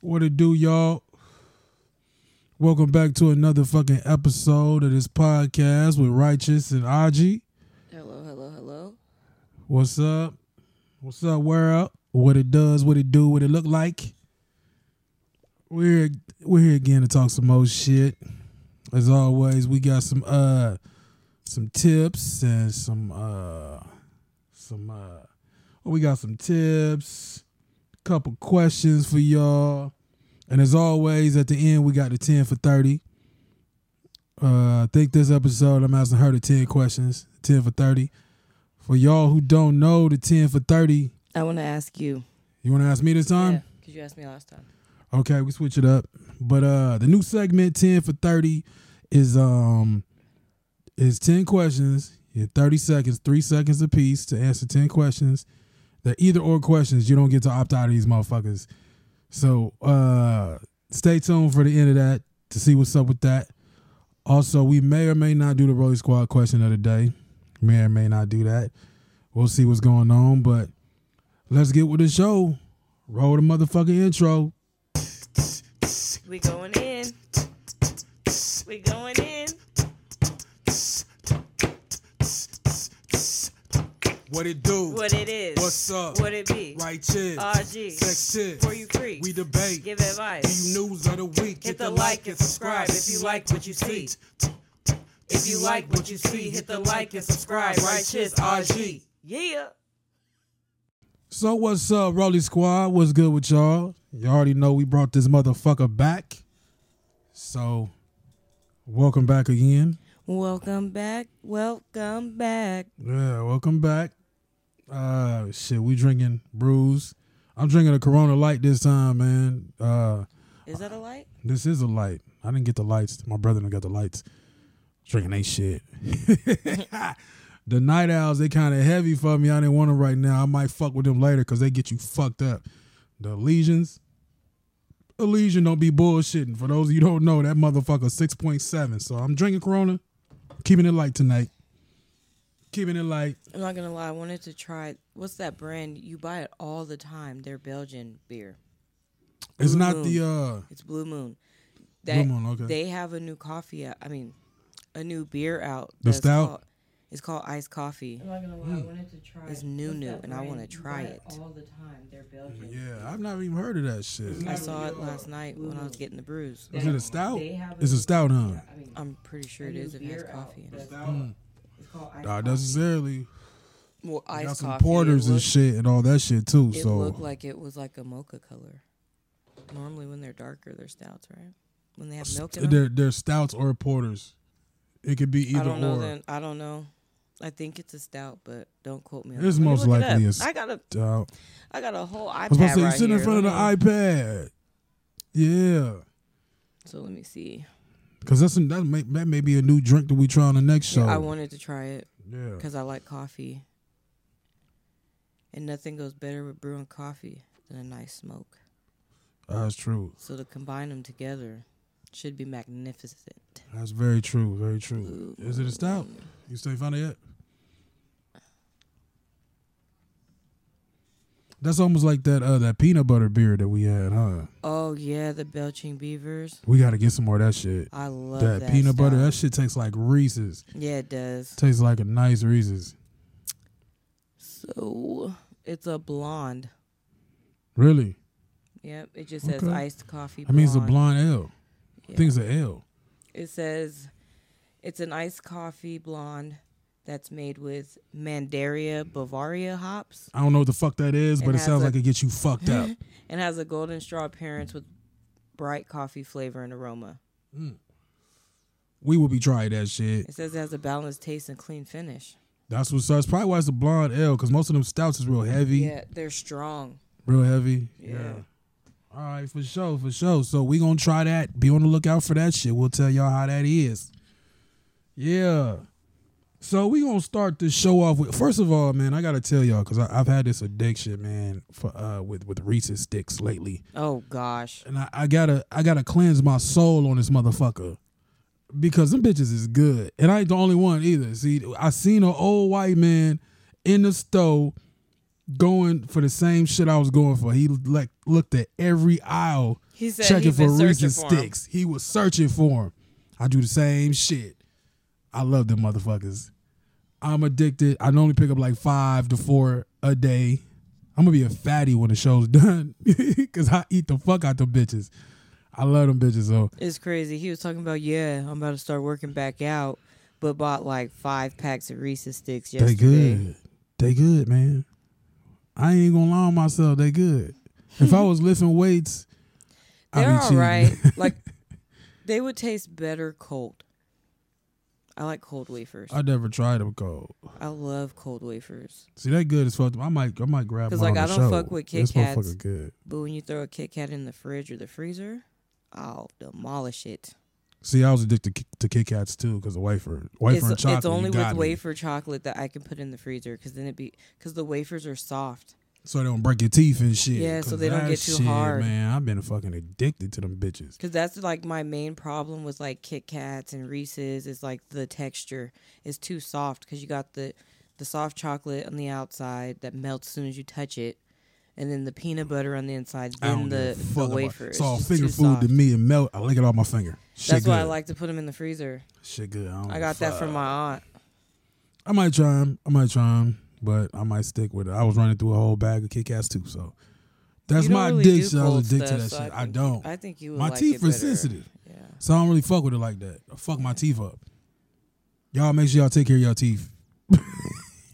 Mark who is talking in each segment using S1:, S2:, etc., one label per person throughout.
S1: What it do, y'all? Welcome back to another fucking episode of this podcast with Righteous and Aji.
S2: Hello, hello, hello.
S1: What's up? What's up, world? What it does, what it do, what it look like. We're we're here again to talk some more shit. As always, we got some uh some tips and some uh some uh we got some tips, couple questions for y'all. And as always, at the end we got the 10 for 30. Uh I think this episode I'm asking her the 10 questions, 10 for 30. For y'all who don't know the 10 for 30,
S2: I want to ask you.
S1: you want to ask me this time?
S2: because you asked me last time.
S1: Okay, we switch it up. But uh the new segment 10 for 30 is um is 10 questions in 30 seconds, 3 seconds apiece to answer 10 questions. They're either or questions. You don't get to opt out of these motherfuckers. So, uh stay tuned for the end of that to see what's up with that. Also, we may or may not do the Rolling Squad question of the day. May or may not do that. We'll see what's going on, but let's get with the show. Roll the motherfucking intro.
S2: We going in. We going in.
S1: What it do?
S2: What it is.
S1: What's up?
S2: What it be.
S1: Righteous.
S2: RG.
S1: Sex shit.
S2: For you creeps.
S1: We debate.
S2: Give advice.
S1: Give you news of the week.
S2: Hit the like and subscribe if you like what you see. If you like what you see, hit the like and subscribe. Righteous RG. Yeah.
S1: So what's up, Rolly Squad? What's good with y'all? You already know we brought this motherfucker back. So, welcome back again.
S2: Welcome back. Welcome back.
S1: Yeah, welcome back. Uh shit, we drinking brews. I'm drinking a Corona Light this time, man. Uh
S2: Is that a light?
S1: This is a light. I didn't get the lights. My brother done got the lights. Drinking they shit. the night owls, they kind of heavy for me. I didn't want them right now. I might fuck with them later because they get you fucked up. The lesions. A lesion don't be bullshitting. For those of you who don't know, that motherfucker 6.7. So I'm drinking Corona. Keeping it light tonight. Keeping it light.
S2: I'm not gonna lie. I wanted to try. What's that brand? You buy it all the time. They're Belgian beer.
S1: It's
S2: Blue
S1: not
S2: Moon.
S1: the uh
S2: It's Blue Moon. That-
S1: Moon, okay.
S2: They have a new coffee. out- I mean, a new beer out.
S1: The
S2: that's
S1: stout? Hmm.
S2: Called, it's called Iced Coffee.
S3: I'm not gonna lie, I wanted to try
S2: It's
S3: it.
S2: new,
S3: What's
S2: new,
S3: that
S2: and I
S3: brand?
S2: wanna
S3: You
S2: try
S3: buy
S2: it.
S3: All the time, they're Belgian.
S1: Yeah, I've never even heard of that shit.
S2: I saw it last night when I was getting the brews.
S1: Is it a stout?
S3: They have
S1: It's a stout, huh?
S3: I mean,
S2: I'm pretty sure it
S3: new
S2: is if it has
S3: beer out
S2: coffee in it.
S3: that's- It's called
S1: Not
S3: Ice Coffee.
S1: necessarily.
S2: Well,
S1: Got
S2: iced
S1: some
S2: coffee.
S1: porters
S2: it
S1: and
S2: looked,
S1: shit and all that shit too.
S2: It
S1: so
S2: looked like it was like a mocha color. Normally, when they're darker, they're stouts, right? When they have milk in them.
S1: they're they're stouts or porters. It could be either
S2: I don't
S1: or.
S2: know. Then I don't know. I think it's a stout, but don't quote me. on
S1: It's
S2: that. Let me
S1: most
S2: look it
S1: likely
S2: up.
S1: a
S2: I got a
S1: Stout.
S2: I got a whole iPad
S1: I was about to say
S2: right
S1: you're sitting in
S2: here.
S1: front of the
S2: Let me-
S1: iPad. Yeah,
S2: So let me see.
S1: because that's an- that may, that may be a new drink that we try on the next show.
S2: Yeah, I wanted to try it
S1: Yeah.
S2: because I like coffee, and nothing goes better with brewing coffee than a nice smoke.
S1: that's true.
S2: So to combine them together should be magnificent.
S1: That's very true. Very true. Is it a stout? You still ain't found it yet? That's almost like that uh that peanut butter beer that we had, huh?
S2: Oh yeah, the belching beavers.
S1: We got to get some more of that shit.
S2: I love
S1: that,
S2: that,
S1: peanut butter.
S2: style.
S1: That shit tastes like Reese's.
S2: yeah, it does.
S1: Tastes like a nice Reese's.
S2: So it's a blonde.
S1: Really?
S2: Yep, it just says
S1: Okay.
S2: iced coffee.
S1: I mean, it's a blonde ale. I
S2: Yeah.
S1: think it's an ale.
S2: It says it's an iced coffee blonde that's made with Mandaria Bavaria hops
S1: I don't know what the fuck that is, but
S2: It
S1: it
S2: has
S1: sounds
S2: a-
S1: like it gets you fucked up.
S2: and has a golden straw appearance with bright coffee flavor and aroma.
S1: we will be trying that shit.
S2: It says it has a balanced taste and clean finish.
S1: That's what's up. It's probably why it's a blonde ale, because most of them stouts is real heavy.
S2: Yeah, they're strong.
S1: Real heavy.
S2: Yeah.
S1: All right, for sure, for sure. So we gonna try that. Be on the lookout for that shit. We'll tell y'all how that is. Yeah. So we gonna start this show off with. First of all, man, I gotta tell y'all because I've had this addiction, man, for uh with with Reese's sticks lately,
S2: Oh gosh.
S1: and I, I gotta I gotta cleanse my soul on this motherfucker because them bitches is good, and I ain't the only one either. See, I seen an old white man in the store going for the same shit I was going for. He like looked at every aisle,
S2: He said
S1: checking
S2: he's
S1: for
S2: been searching
S1: Reese's
S2: for 'em.
S1: sticks. He was searching for him. I do the same shit. I love them motherfuckers. I'm addicted. I normally pick up like five to four a day. I'm gonna be a fatty when the show's done because I eat the fuck out them bitches. I love them bitches though.
S2: It's crazy. He was talking about, yeah, I'm about to start working back out, but bought like five packs of Reese's sticks
S1: They
S2: yesterday.
S1: good. They good, man. I ain't gonna lie on myself. They good. If I was lifting weights, I'd
S2: They're
S1: be
S2: all
S1: cheating.
S2: right. like they would taste better cold. I like cold wafers.
S1: I never tried them cold.
S2: I love cold wafers.
S1: See, that good is fucked. I might, I might grab.
S2: 'Cause,
S1: one
S2: like,
S1: on
S2: I
S1: the
S2: don't
S1: show.
S2: fuck with Kit
S1: This
S2: Kats.
S1: motherfucker good.
S2: But when you throw a Kit Kat in the fridge or the freezer, I'll demolish it.
S1: See, I was addicted to- to Kit Kats too because of wafer, wafer
S2: It's,
S1: and chocolate.
S2: it's
S1: you
S2: only with
S1: gotta-
S2: wafer chocolate that I can put in the freezer because then it be because the wafers are soft.
S1: so they don't break your teeth and shit.
S2: Yeah, so
S1: 'Cause
S2: they don't
S1: that
S2: get too
S1: shit,
S2: hard.
S1: Man, I've been fucking addicted to them bitches.
S2: Because that's like my main problem with like Kit Kats and Reese's is like the texture is too soft because you got the the soft chocolate on the outside that melts as soon as you touch it, and then the peanut butter on the inside,
S1: I don't
S2: then the,
S1: give a
S2: the
S1: fuck about-
S2: wafer.
S1: It's
S2: is
S1: all
S2: just
S1: finger
S2: too
S1: food to
S2: soft.
S1: me and melt. I lick it off my finger. Shit
S2: That's
S1: good.
S2: why I like to put them in the freezer.
S1: Shit good. I, don't
S2: I
S1: give
S2: got
S1: a
S2: that
S1: fuck.
S2: from my aunt.
S1: I might try 'em. I might try 'em, but I might stick with it. I was running through a whole bag of Kit Kats too, so that's
S2: You don't
S1: my
S2: really do
S1: addiction. I
S2: cold
S1: was addicted
S2: stuff,
S1: to that
S2: so
S1: shit. I,
S2: think you-
S1: don't.
S2: I think you. Would
S1: my
S2: like
S1: teeth
S2: it
S1: are
S2: better.
S1: sensitive,
S2: Yeah.
S1: so I don't really fuck with it like that. I fuck my teeth up. Y'all make sure y'all take care of your teeth.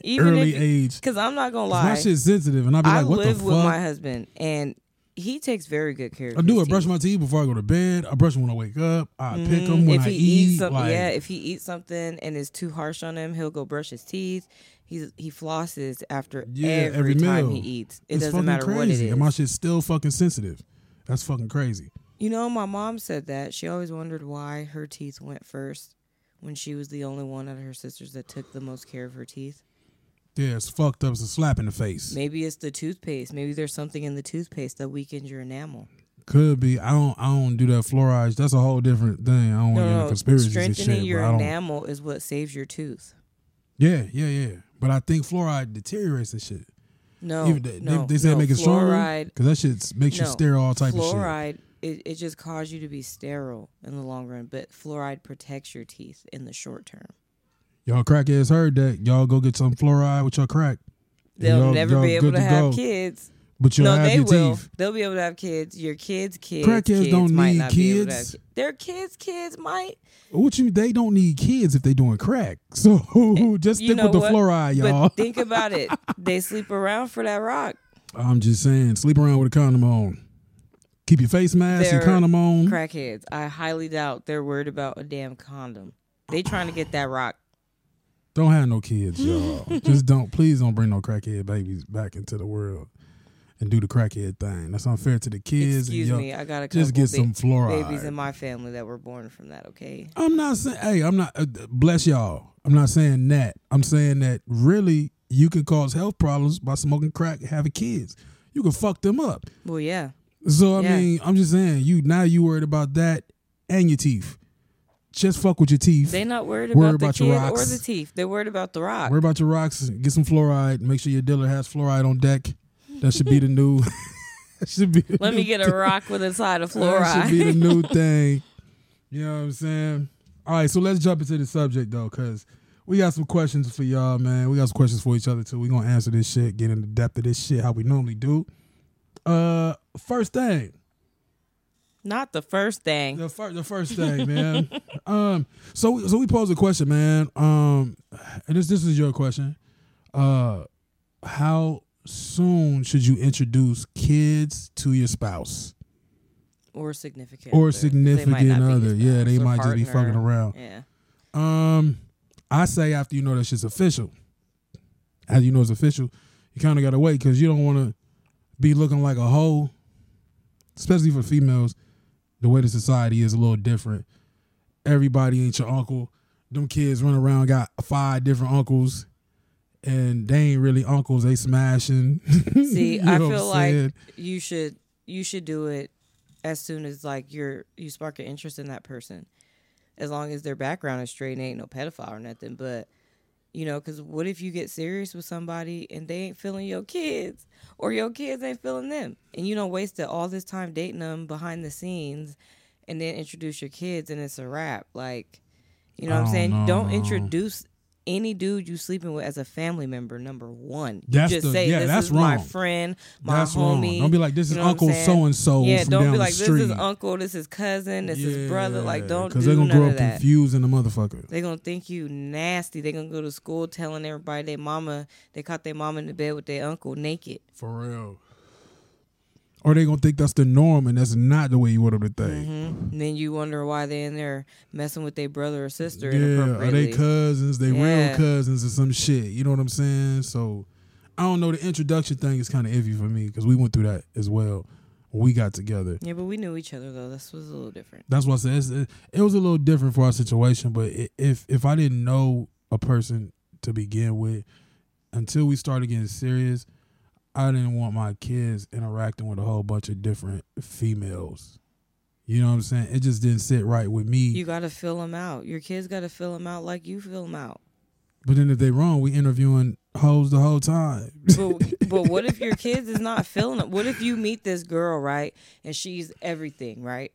S2: Even
S1: Early
S2: if,
S1: age.
S2: Because I'm not gonna
S1: 'Cause My
S2: lie,
S1: shit's sensitive, and I be
S2: I
S1: like, "What the
S2: live with my
S1: fuck?"
S2: husband and he takes very good care. of
S1: I do. I
S2: his
S1: brush
S2: teeth.
S1: my teeth before I go to bed. I brush them when I wake up. I pick 'em pick them
S2: Mhm.
S1: when
S2: if
S1: I
S2: he
S1: eat.
S2: eats some-
S1: like,
S2: yeah, if he eats something and it's too harsh on him, he'll go brush his teeth. He's he flosses after
S1: Yeah, every
S2: every, time he
S1: meal.
S2: eats. It
S1: it's
S2: doesn't
S1: fucking
S2: matter
S1: crazy.
S2: what it is.
S1: And my shit's still fucking sensitive. That's fucking crazy.
S2: you know, my mom said that she always wondered why her teeth went first when she was the only one out of her sisters that took the most care of her teeth.
S1: Yeah, it's fucked up. It's a slap in the face.
S2: Maybe it's the toothpaste. Maybe there's something in the toothpaste that weakens your enamel.
S1: Could be. I don't. I don't do that fluoride. That's a whole different thing. I don't want to get into conspiracies and shit.
S2: strengthening your
S1: but I don't,
S2: enamel is what saves your tooth.
S1: Yeah, yeah, yeah. But I think fluoride deteriorates and shit.
S2: No,
S1: Even they,
S2: Oh, no,
S1: they, they say
S2: no.
S1: make it stronger
S2: Fluoride
S1: because that shit makes you
S2: No.
S1: sterile. All type of shit.
S2: fluoride it, it just caused you to be sterile in the long run but fluoride protects your teeth in the short term
S1: Y'all crackheads heard that. Y'all go get some fluoride with your crack. And
S2: they'll
S1: y'all-
S2: never
S1: y'all
S2: be able
S1: good
S2: to have
S1: go.
S2: kids
S1: But you'll
S2: no
S1: have
S2: they
S1: your
S2: will
S1: teeth.
S2: they'll be able to have kids your kids kids
S1: Crackheads
S2: kids
S1: don't
S2: might
S1: need
S2: not be able to have
S1: kids.
S2: ki- their kids kids might
S1: What you? They don't need kids if they doing crack. So just
S2: Eh, you
S1: stick
S2: know
S1: with the
S2: what?
S1: fluoride, y'all.
S2: but think about it they sleep around for that rock
S1: I'm just saying, sleep around with a condom on. Keep your face mask and
S2: They're
S1: condom on.
S2: crackheads i highly doubt they're worried about a damn condom they trying to get that rock
S1: Don't have no kids, y'all. Just don't. Please don't bring no crackhead babies back into the world and do the crackhead thing. That's unfair to the kids.
S2: excuse
S1: and
S2: me
S1: y'all.
S2: i got a couple
S1: just get
S2: ba-
S1: some fluoride.
S2: babies in my family that were born from that okay
S1: I'm not saying. Hey, I'm not. Uh, bless y'all. I'm not saying that. I'm saying that really, you can cause health problems by smoking crack, and having kids. You can fuck them up.
S2: well yeah
S1: So I
S2: Yeah.
S1: mean, I'm just saying. You now you worried about that and your teeth. Just fuck with your teeth.
S2: They not worried
S1: Worry
S2: about,
S1: about
S2: the
S1: your
S2: kid or
S1: rocks.
S2: the teeth. They're worried about the rock.
S1: Worry about your rocks. Get some fluoride. Make sure your dealer has fluoride on deck. That should be the new. that should be. the
S2: Let
S1: new
S2: me get a rock with a side of
S1: That should be the
S2: fluoride.
S1: new thing. You know what I'm saying? All right, so let's jump into the subject though, cause we got some questions for y'all, man. We got some questions for each other too. We gonna answer this shit, get into depth of this shit, how we normally do. Uh, first thing,
S2: Not the first thing.
S1: the first, the first thing, man. um, so so we posed a question, man. Um, and this this is your question. Uh, how soon should you introduce kids to your spouse
S2: Or significant.
S1: or
S2: other. They
S1: significant
S2: might not be
S1: other?
S2: his
S1: Yeah, they
S2: spouse or
S1: might just be
S2: partner.
S1: fucking around.
S2: Yeah.
S1: Um, I say after you know that shit's official. After you know it's official, you kind of gotta wait because you don't want to be looking like a hoe, especially for females. The way the society is a little different. Everybody ain't your uncle. Them kids run around got five different uncles, and they ain't really uncles. They smashing.
S2: See,
S1: You
S2: I
S1: know what
S2: feel
S1: I'm
S2: like
S1: saying?
S2: you should you should do it as soon as like you're you spark an interest in that person. As long as their background is straight and ain't no pedophile or nothing, but You know, because what if you get serious with somebody and they ain't feeling your kids or your kids ain't feeling them? And you don't waste all this time dating them behind the scenes and then introduce your kids and it's a wrap. Like, you know what I'm
S1: Oh,
S2: saying?
S1: no,
S2: don't
S1: no.
S2: introduce any dude you sleeping with as a family member, number one.
S1: That's
S2: you just
S1: the-
S2: say,
S1: yeah,
S2: this
S1: that's
S2: is my
S1: wrong.
S2: friend, my
S1: That's wrong.
S2: homie.
S1: Don't be like, this is
S2: You know what I'm
S1: Uncle
S2: saying?
S1: so-and-so
S2: Yeah,
S1: from
S2: don't
S1: down
S2: be
S1: the
S2: like, this is
S1: street.
S2: uncle, this is cousin, this is brother. Like, don't do
S1: they're gonna
S2: none
S1: grow
S2: of
S1: up
S2: that.
S1: confused and a motherfucker.
S2: They're gonna think you nasty. They're gonna go to school telling everybody their mama they caught their mama in the bed with their uncle naked.
S1: For real. Or they gonna think that's the norm and that's not the way you want them to
S2: Mm-hmm.
S1: think.
S2: And then you wonder why they're in there messing with their brother or sister
S1: Yeah, are
S2: inappropriately.
S1: they cousins? They real
S2: Yeah.
S1: cousins or some shit. You know what I'm saying? So I don't know. The introduction thing is kind of iffy for me because we went through that as well. when We got together.
S2: yeah, but we knew each other though. This was a little different.
S1: That's why I said it's, it, it was a little different for our situation. But i if if I didn't know a person to begin with until we started getting serious, I didn't want my kids interacting with a whole bunch of different females. You know what I'm saying? It just didn't sit right with me.
S2: You gotta fill them out. Your kids gotta fill them out like you fill them out.
S1: but then if they wrong, we interviewing hoes the whole time.
S2: But but what if your kids is not feeling it? What if you meet this girl right and she's everything right?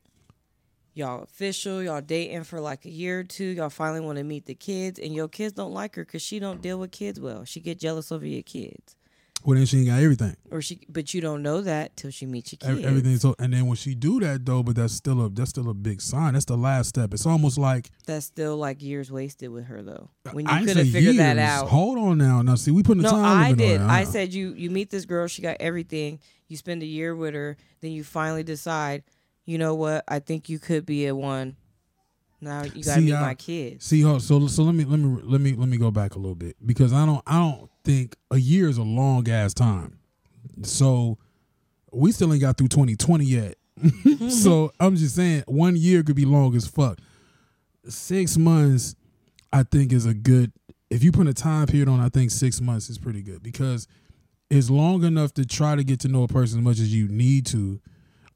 S2: Y'all official, y'all dating for like a year or two. Y'all finally want to meet the kids, and your kids don't like her because she don't deal with kids well. She get jealous over your kids,
S1: Well, then she ain't got everything.
S2: or she. But you don't know that till she meets your
S1: Ev-
S2: kids.
S1: Everything. So, and then when she do that though, but that's still a that's still a big sign. That's the last step. It's almost like
S2: that's still like years wasted with her though. When
S1: Uh, I
S2: you
S1: ain't
S2: could have
S1: say
S2: figured that
S1: years.
S2: out.
S1: Hold on now. Now, see, we putting the
S2: No,
S1: time limit
S2: I
S1: on it,
S2: did. I
S1: huh?
S2: said you you meet this girl, she got everything. You spend a year with her, then you finally decide, you know what? I think you could be a one. Now you gotta
S1: See,
S2: meet
S1: I-
S2: my kids.
S1: See, hold. So, so let me let me let me let me go back a little bit because I don't I don't think a year is a long ass time. So, we still ain't got through 2020 yet. so I'm just saying, one year could be long as fuck. Six months, I think, is a good. If you put a time period on, I think six months is pretty good because it's long enough to try to get to know a person as much as you need to.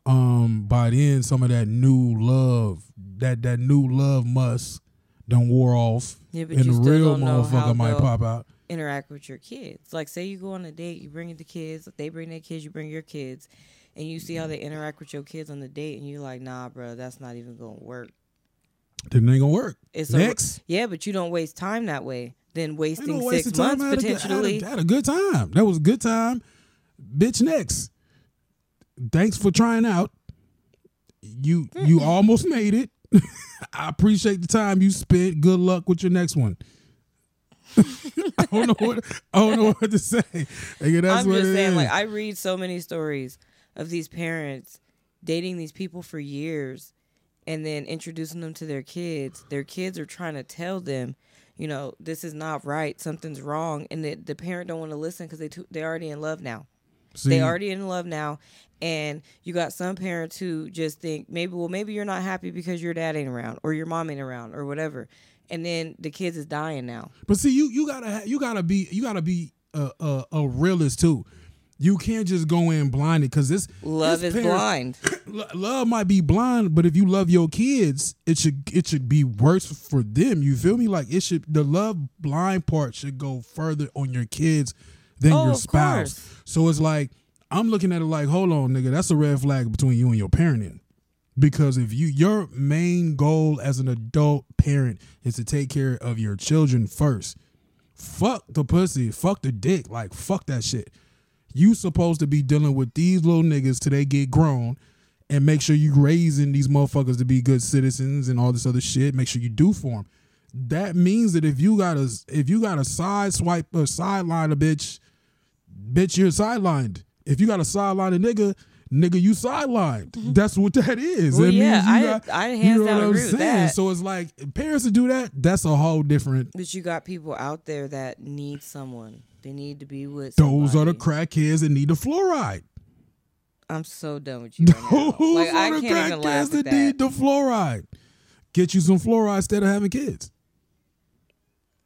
S1: Um, by then, some of that new love, that that new love must done wore off,
S2: Yeah, but
S1: and
S2: you
S1: the
S2: still
S1: real
S2: don't know how
S1: motherfucker might
S2: they'll-
S1: pop out.
S2: Interact with your kids. Like say you go on a date, you bring the kids, they bring their kids, you bring your kids, and you see how they interact with your kids on the date and you're like, nah, bro, that's not even gonna work.
S1: Then it ain't gonna work.
S2: It's a-
S1: Next,
S2: yeah, but you don't waste time that way. Then
S1: Ain't no
S2: wasting
S1: waste of
S2: six
S1: time.
S2: months
S1: I had a good- I had a-
S2: potentially.
S1: I had, a, good time. That was a good time. Bitch, next. Thanks for trying out. You you almost made it. I appreciate the time you spent. Good luck with your next one. I don't know what I don't know what to say. Nigga, that's
S2: I'm
S1: what
S2: just
S1: it
S2: saying,
S1: is.
S2: like I read so many stories of these parents dating these people for years and then introducing them to their kids. Their kids are trying to tell them, you know, this is not right, something's wrong, and the, the parent don't want to listen because they too, they're already in love now.
S1: See,
S2: They already in love now, and you got some parents who just think maybe, well, maybe you're not happy because your dad ain't around or your mom ain't around or whatever, and then the kids is dying now.
S1: But see, you you gotta ha- you gotta be you gotta be a a, a realist too. You can't just go in blinded because this
S2: Love
S1: this
S2: is
S1: parent-
S2: blind.
S1: Lo- love might be blind, but if you love your kids, it should it should be worse for them. You feel me? Like it should the love blind part should go further on your kids than
S2: Oh,
S1: your
S2: of
S1: spouse.
S2: course.
S1: So it's like I'm looking at it like, hold on, nigga, that's a red flag between you and your parenting. Because if you your main goal as an adult parent is to take care of your children first. Fuck the pussy, fuck the dick, like fuck that shit. You supposed to be dealing with these little niggas till they get grown and make sure you raising these motherfuckers to be good citizens and all this other shit. Make sure you do for them. That means that if you got a if you got a side swipe or sideline a bitch, bitch you're sidelined. If you got a sideline a nigga, nigga you sidelined. That's what that is.
S2: Mm-hmm. Well,
S1: It
S2: yeah,
S1: means
S2: I-
S1: you got,
S2: I
S1: you
S2: hands
S1: know
S2: down
S1: what I'm
S2: agree with
S1: saying?
S2: that.
S1: So it's like parents to do that. That's a whole different.
S2: But you got people out there that need someone. They need to be with.
S1: Those are the
S2: somebody.
S1: crackheads that need the fluoride.
S2: I'm so done with you. Right now.
S1: Those
S2: Like I
S1: are
S2: can't
S1: the
S2: even
S1: crackheads
S2: laugh at
S1: that need
S2: that.
S1: the fluoride. Get you some fluoride instead of having kids.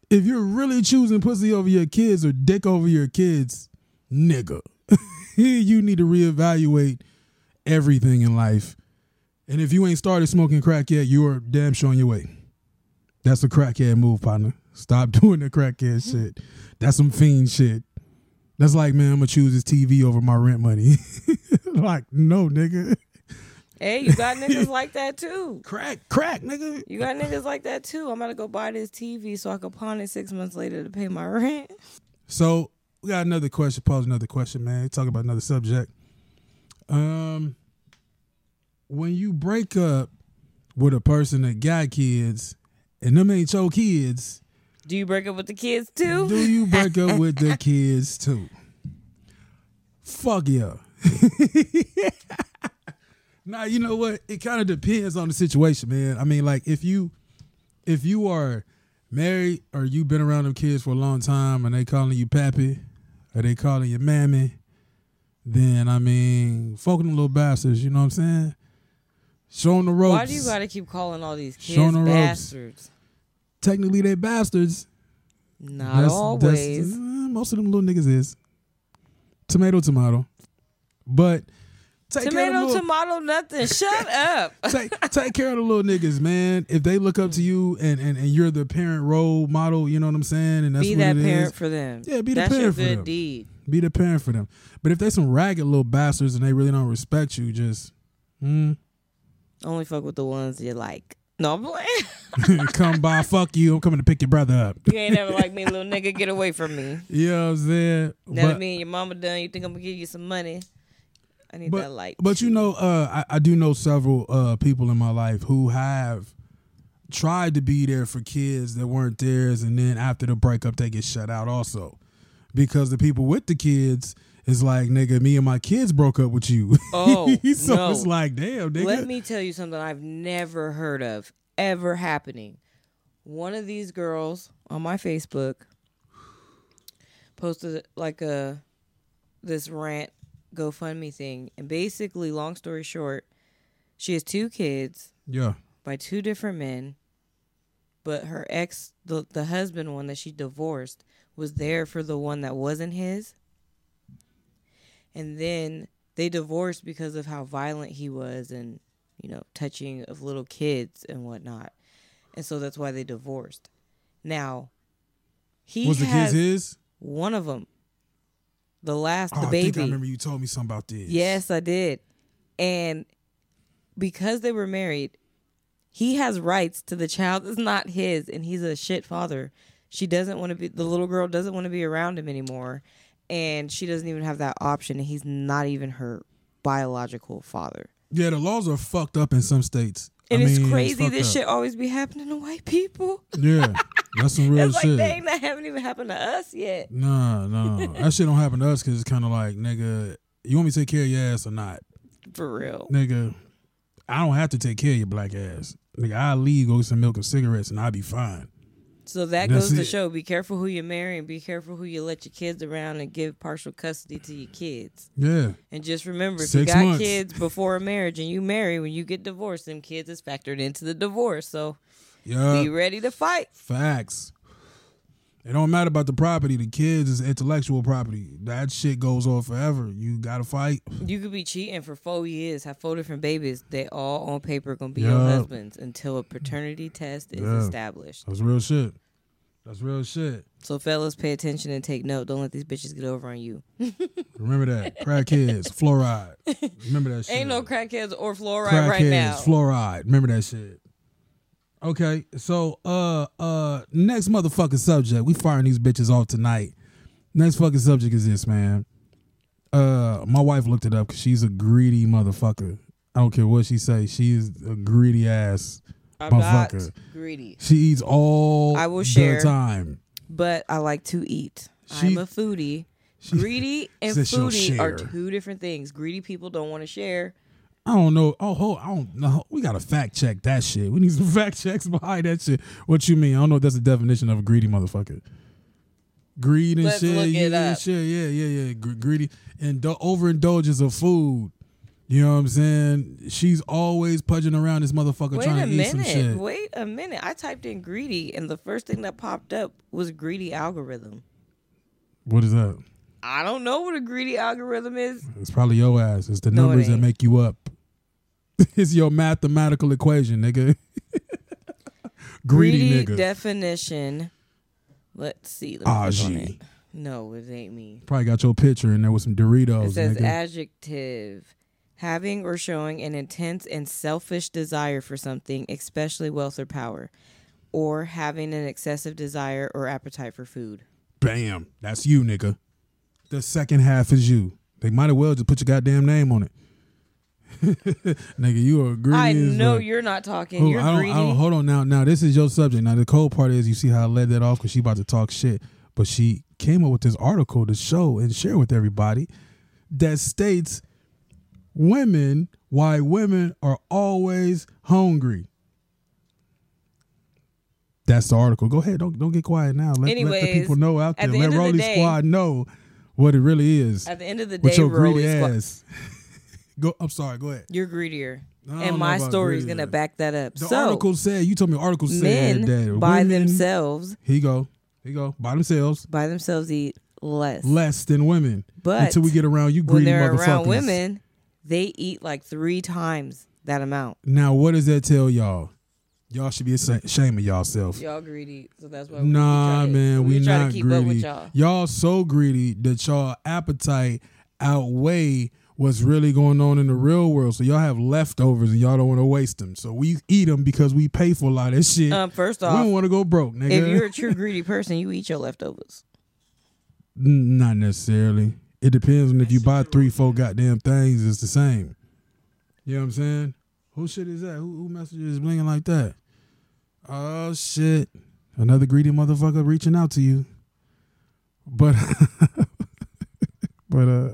S1: If you're really choosing pussy over your kids or dick over your kids, nigga, you need to reevaluate everything in life. And if you ain't started smoking crack yet, you are damn sure on your way. That's a crackhead move, partner. Stop doing the crackhead shit. That's some fiend shit. That's like, man, I'm gonna choose this TV over my rent money. like, no, nigga.
S2: Hey, you got niggas like that too.
S1: Crack, crack, nigga.
S2: You got niggas like that too. I'm gonna go buy this TV so I can pawn it six months later to pay my rent.
S1: So we got another question. Pause another question, man. Talk about another subject. Um, when you break up with a person that got kids and them ain't your kids,
S2: Do you break up with the kids too?
S1: do you break up with the kids too? Fuck yeah. now you know what? It kind of depends on the situation, man. I mean, like if you if you are married or you've been around them kids for a long time and they calling you pappy or they calling you mammy, then I mean, fuck them little bastards. You know what I'm saying? Show 'em the ropes.
S2: Why do you gotta keep calling all these kids
S1: Show 'em the ropes.
S2: bastards?
S1: Technically, they bastards.
S2: Not always.
S1: uh, most of them little niggas is tomato, tomato. But take care of them
S2: tomato,
S1: little,
S2: tomato, nothing. Shut up.
S1: take, take care of the little niggas, man. If they look up to you and, and, and you're the parent role model, you know what I'm saying, and that's
S2: be
S1: what
S2: that
S1: it is.
S2: parent for them.
S1: Yeah, be the
S2: That's
S1: parent for
S2: your good
S1: them.
S2: deed.
S1: Be the parent for them. But if they some ragged little bastards and they really don't respect you, just mm,
S2: Only fuck with the ones you like. No, I'm playing.
S1: come by, fuck you. I'm coming to pick your brother up.
S2: you ain't ever like me, little nigga. Get away from me.
S1: You know what I'm saying?
S2: Now
S1: But-
S2: that me and your mama done, you think I'm gonna give you some money? I need
S1: but,
S2: that light.
S1: But you know, uh, I, I do know several uh, people in my life who have tried to be there for kids that weren't theirs, and then after the breakup, they get shut out also because the people with the kids is like, nigga, me and my kids broke up with you.
S2: Oh,
S1: so
S2: no.
S1: it's like, damn, nigga.
S2: Let me tell you something I've never heard of ever happening. One of these girls on my Facebook posted like a this rant GoFundMe thing, and basically, long story short, she has two kids
S1: yeah,
S2: by two different men, but her ex, the the husband one that she divorced, was there for the one that wasn't his. And then they divorced because of how violent he was and, you know, touching of little kids and whatnot. And so that's why they divorced. Now, he
S1: was the
S2: has
S1: kids his?
S2: one of them, the last,
S1: Oh,
S2: the
S1: I
S2: baby.
S1: think I remember you told me something about this.
S2: Yes, I did. And because they were married, he has rights to the child that's not his, and he's a shit father. She doesn't want to be, the little girl doesn't want to be around him anymore. And she doesn't even have that option. And he's not even her biological father.
S1: Yeah, the laws are fucked up in some states. I
S2: And it's
S1: mean,
S2: crazy
S1: fucked
S2: this
S1: up.
S2: shit always be happening to white people.
S1: Yeah, that's some real
S2: It's like,
S1: shit.
S2: dang, that haven't even happened to us yet.
S1: Nah, nah. that shit don't happen to us because it's kind of like, nigga, you want me to take care of your ass or not?
S2: For real.
S1: Nigga, I don't have to take care of your black ass. Nigga, I'll leave, go get some milk and cigarettes, and I'll be fine.
S2: So that
S1: That's
S2: goes to
S1: it.
S2: show be careful who you marry and be careful who you let your kids around and give partial custody to your kids.
S1: Yeah.
S2: And just remember, if you
S1: Six
S2: got
S1: months.
S2: kids before a marriage and you marry, when you get divorced, them kids is factored into the divorce. So
S1: Yeah.
S2: be ready to fight.
S1: Facts. It don't matter about the property. The kids is intellectual property. That shit goes on forever. You gotta fight.
S2: You could be cheating for four years, have four different babies. They all on paper gonna be your
S1: Yeah.
S2: husbands until a paternity test is
S1: Yeah.
S2: established.
S1: That's real shit. That's real shit.
S2: So fellas, pay attention and take note. Don't let these bitches get over on you.
S1: Remember that. Crackheads, fluoride. Remember that shit.
S2: Ain't no crackheads or fluoride
S1: crackheads,
S2: right now.
S1: fluoride. Remember that shit. Okay, so uh uh next motherfucking subject. We firing these bitches off tonight. Next fucking subject is this, man. Uh my wife looked it up cuz she's a greedy motherfucker. I don't care what she say. She's a greedy ass.
S2: I'm not
S1: Motherfucker.
S2: greedy,
S1: She eats all
S2: I will
S1: the
S2: share.
S1: time.
S2: but I like to eat.
S1: She-
S2: I'm a foodie. greedy and
S1: said she'll
S2: foodie
S1: share.
S2: are two different things. Greedy people don't want to share.
S1: I don't know. Oh, hold, I don't know. We gotta fact check that shit. We need some fact checks behind that shit. What you mean? I don't know if that's the definition of a greedy motherfucker. Greed and
S2: Let's
S1: shit.
S2: look
S1: yeah,
S2: it
S1: yeah,
S2: up.
S1: shit. Yeah, yeah, yeah. Gr- greedy and do- overindulgence of food. You know what I'm saying? She's always pudging around this motherfucker
S2: Wait
S1: trying
S2: a
S1: to eat some
S2: minute.
S1: shit.
S2: Wait a minute. I typed in greedy, and the first thing that popped up was greedy algorithm.
S1: What is that?
S2: I don't know what a greedy algorithm is.
S1: It's probably your ass. It's the
S2: No, it
S1: numbers that
S2: ain't.
S1: make you up. it's your mathematical equation, nigga. greedy, nigga.
S2: definition Let's see. Let me click on
S1: Aji.
S2: it. No, it ain't me.
S1: Probably got your picture in there with some Doritos.
S2: It says
S1: nigga.
S2: adjective. Having or showing an intense and selfish desire for something, especially wealth or power, or having an excessive desire or appetite for food.
S1: Bam. That's you, nigga. The second half is you. They might as well just put your goddamn name on it. nigga, you are greedy.
S2: I
S1: as
S2: know
S1: fuck.
S2: you're not talking.
S1: Oh,
S2: you're
S1: I don't,
S2: greedy.
S1: I don't, hold on now. Now this is your subject. Now the cold part is you see how I led that off because she about to talk shit, but she came up with this article to show and share with everybody that states women why women are always hungry. That's the article. Go ahead. Don't don't get quiet now. Let, let the
S2: Anyways,
S1: people know out there.
S2: at the
S1: Let
S2: end of the
S1: Rolly
S2: day-
S1: Squad know what it really is
S2: At the end of the
S1: with
S2: day,
S1: your
S2: Rolly
S1: greedy
S2: Squad,
S1: ass. go. I'm sorry. Go ahead.
S2: you're greedier,
S1: I don't know
S2: and my
S1: about
S2: story is
S1: greedier.
S2: gonna back that up.
S1: The
S2: so
S1: article said you told me. The article said
S2: men
S1: that
S2: by
S1: women-
S2: themselves,
S1: Here you go. Here you go. By themselves,
S2: by themselves eat less.
S1: less than women.
S2: But
S1: until we get around you,
S2: when
S1: greedy
S2: they're
S1: motherfuckers.
S2: around women, they eat like three times that amount.
S1: Now, what does that tell y'all? Y'all should be asha- ashamed of yourself.
S2: Y'all greedy, so that's why.
S1: Nah, man, we,
S2: try
S1: not
S2: to keep
S1: greedy.
S2: up with y'all.
S1: so greedy that y'all appetite outweigh what's really going on in the real world. So y'all have leftovers and y'all don't want to waste them. So we eat them because we pay for a lot of that shit.
S2: Um, first
S1: we don't
S2: off,
S1: want to go broke, nigga.
S2: if you're a true greedy person, you eat your leftovers.
S1: N- Not necessarily. It depends on if you buy three, four goddamn things, it's the same. You know what I'm saying? Who shit is that? Who, who message is blinging like that? Oh shit! Another greedy motherfucker reaching out to you. But, but uh,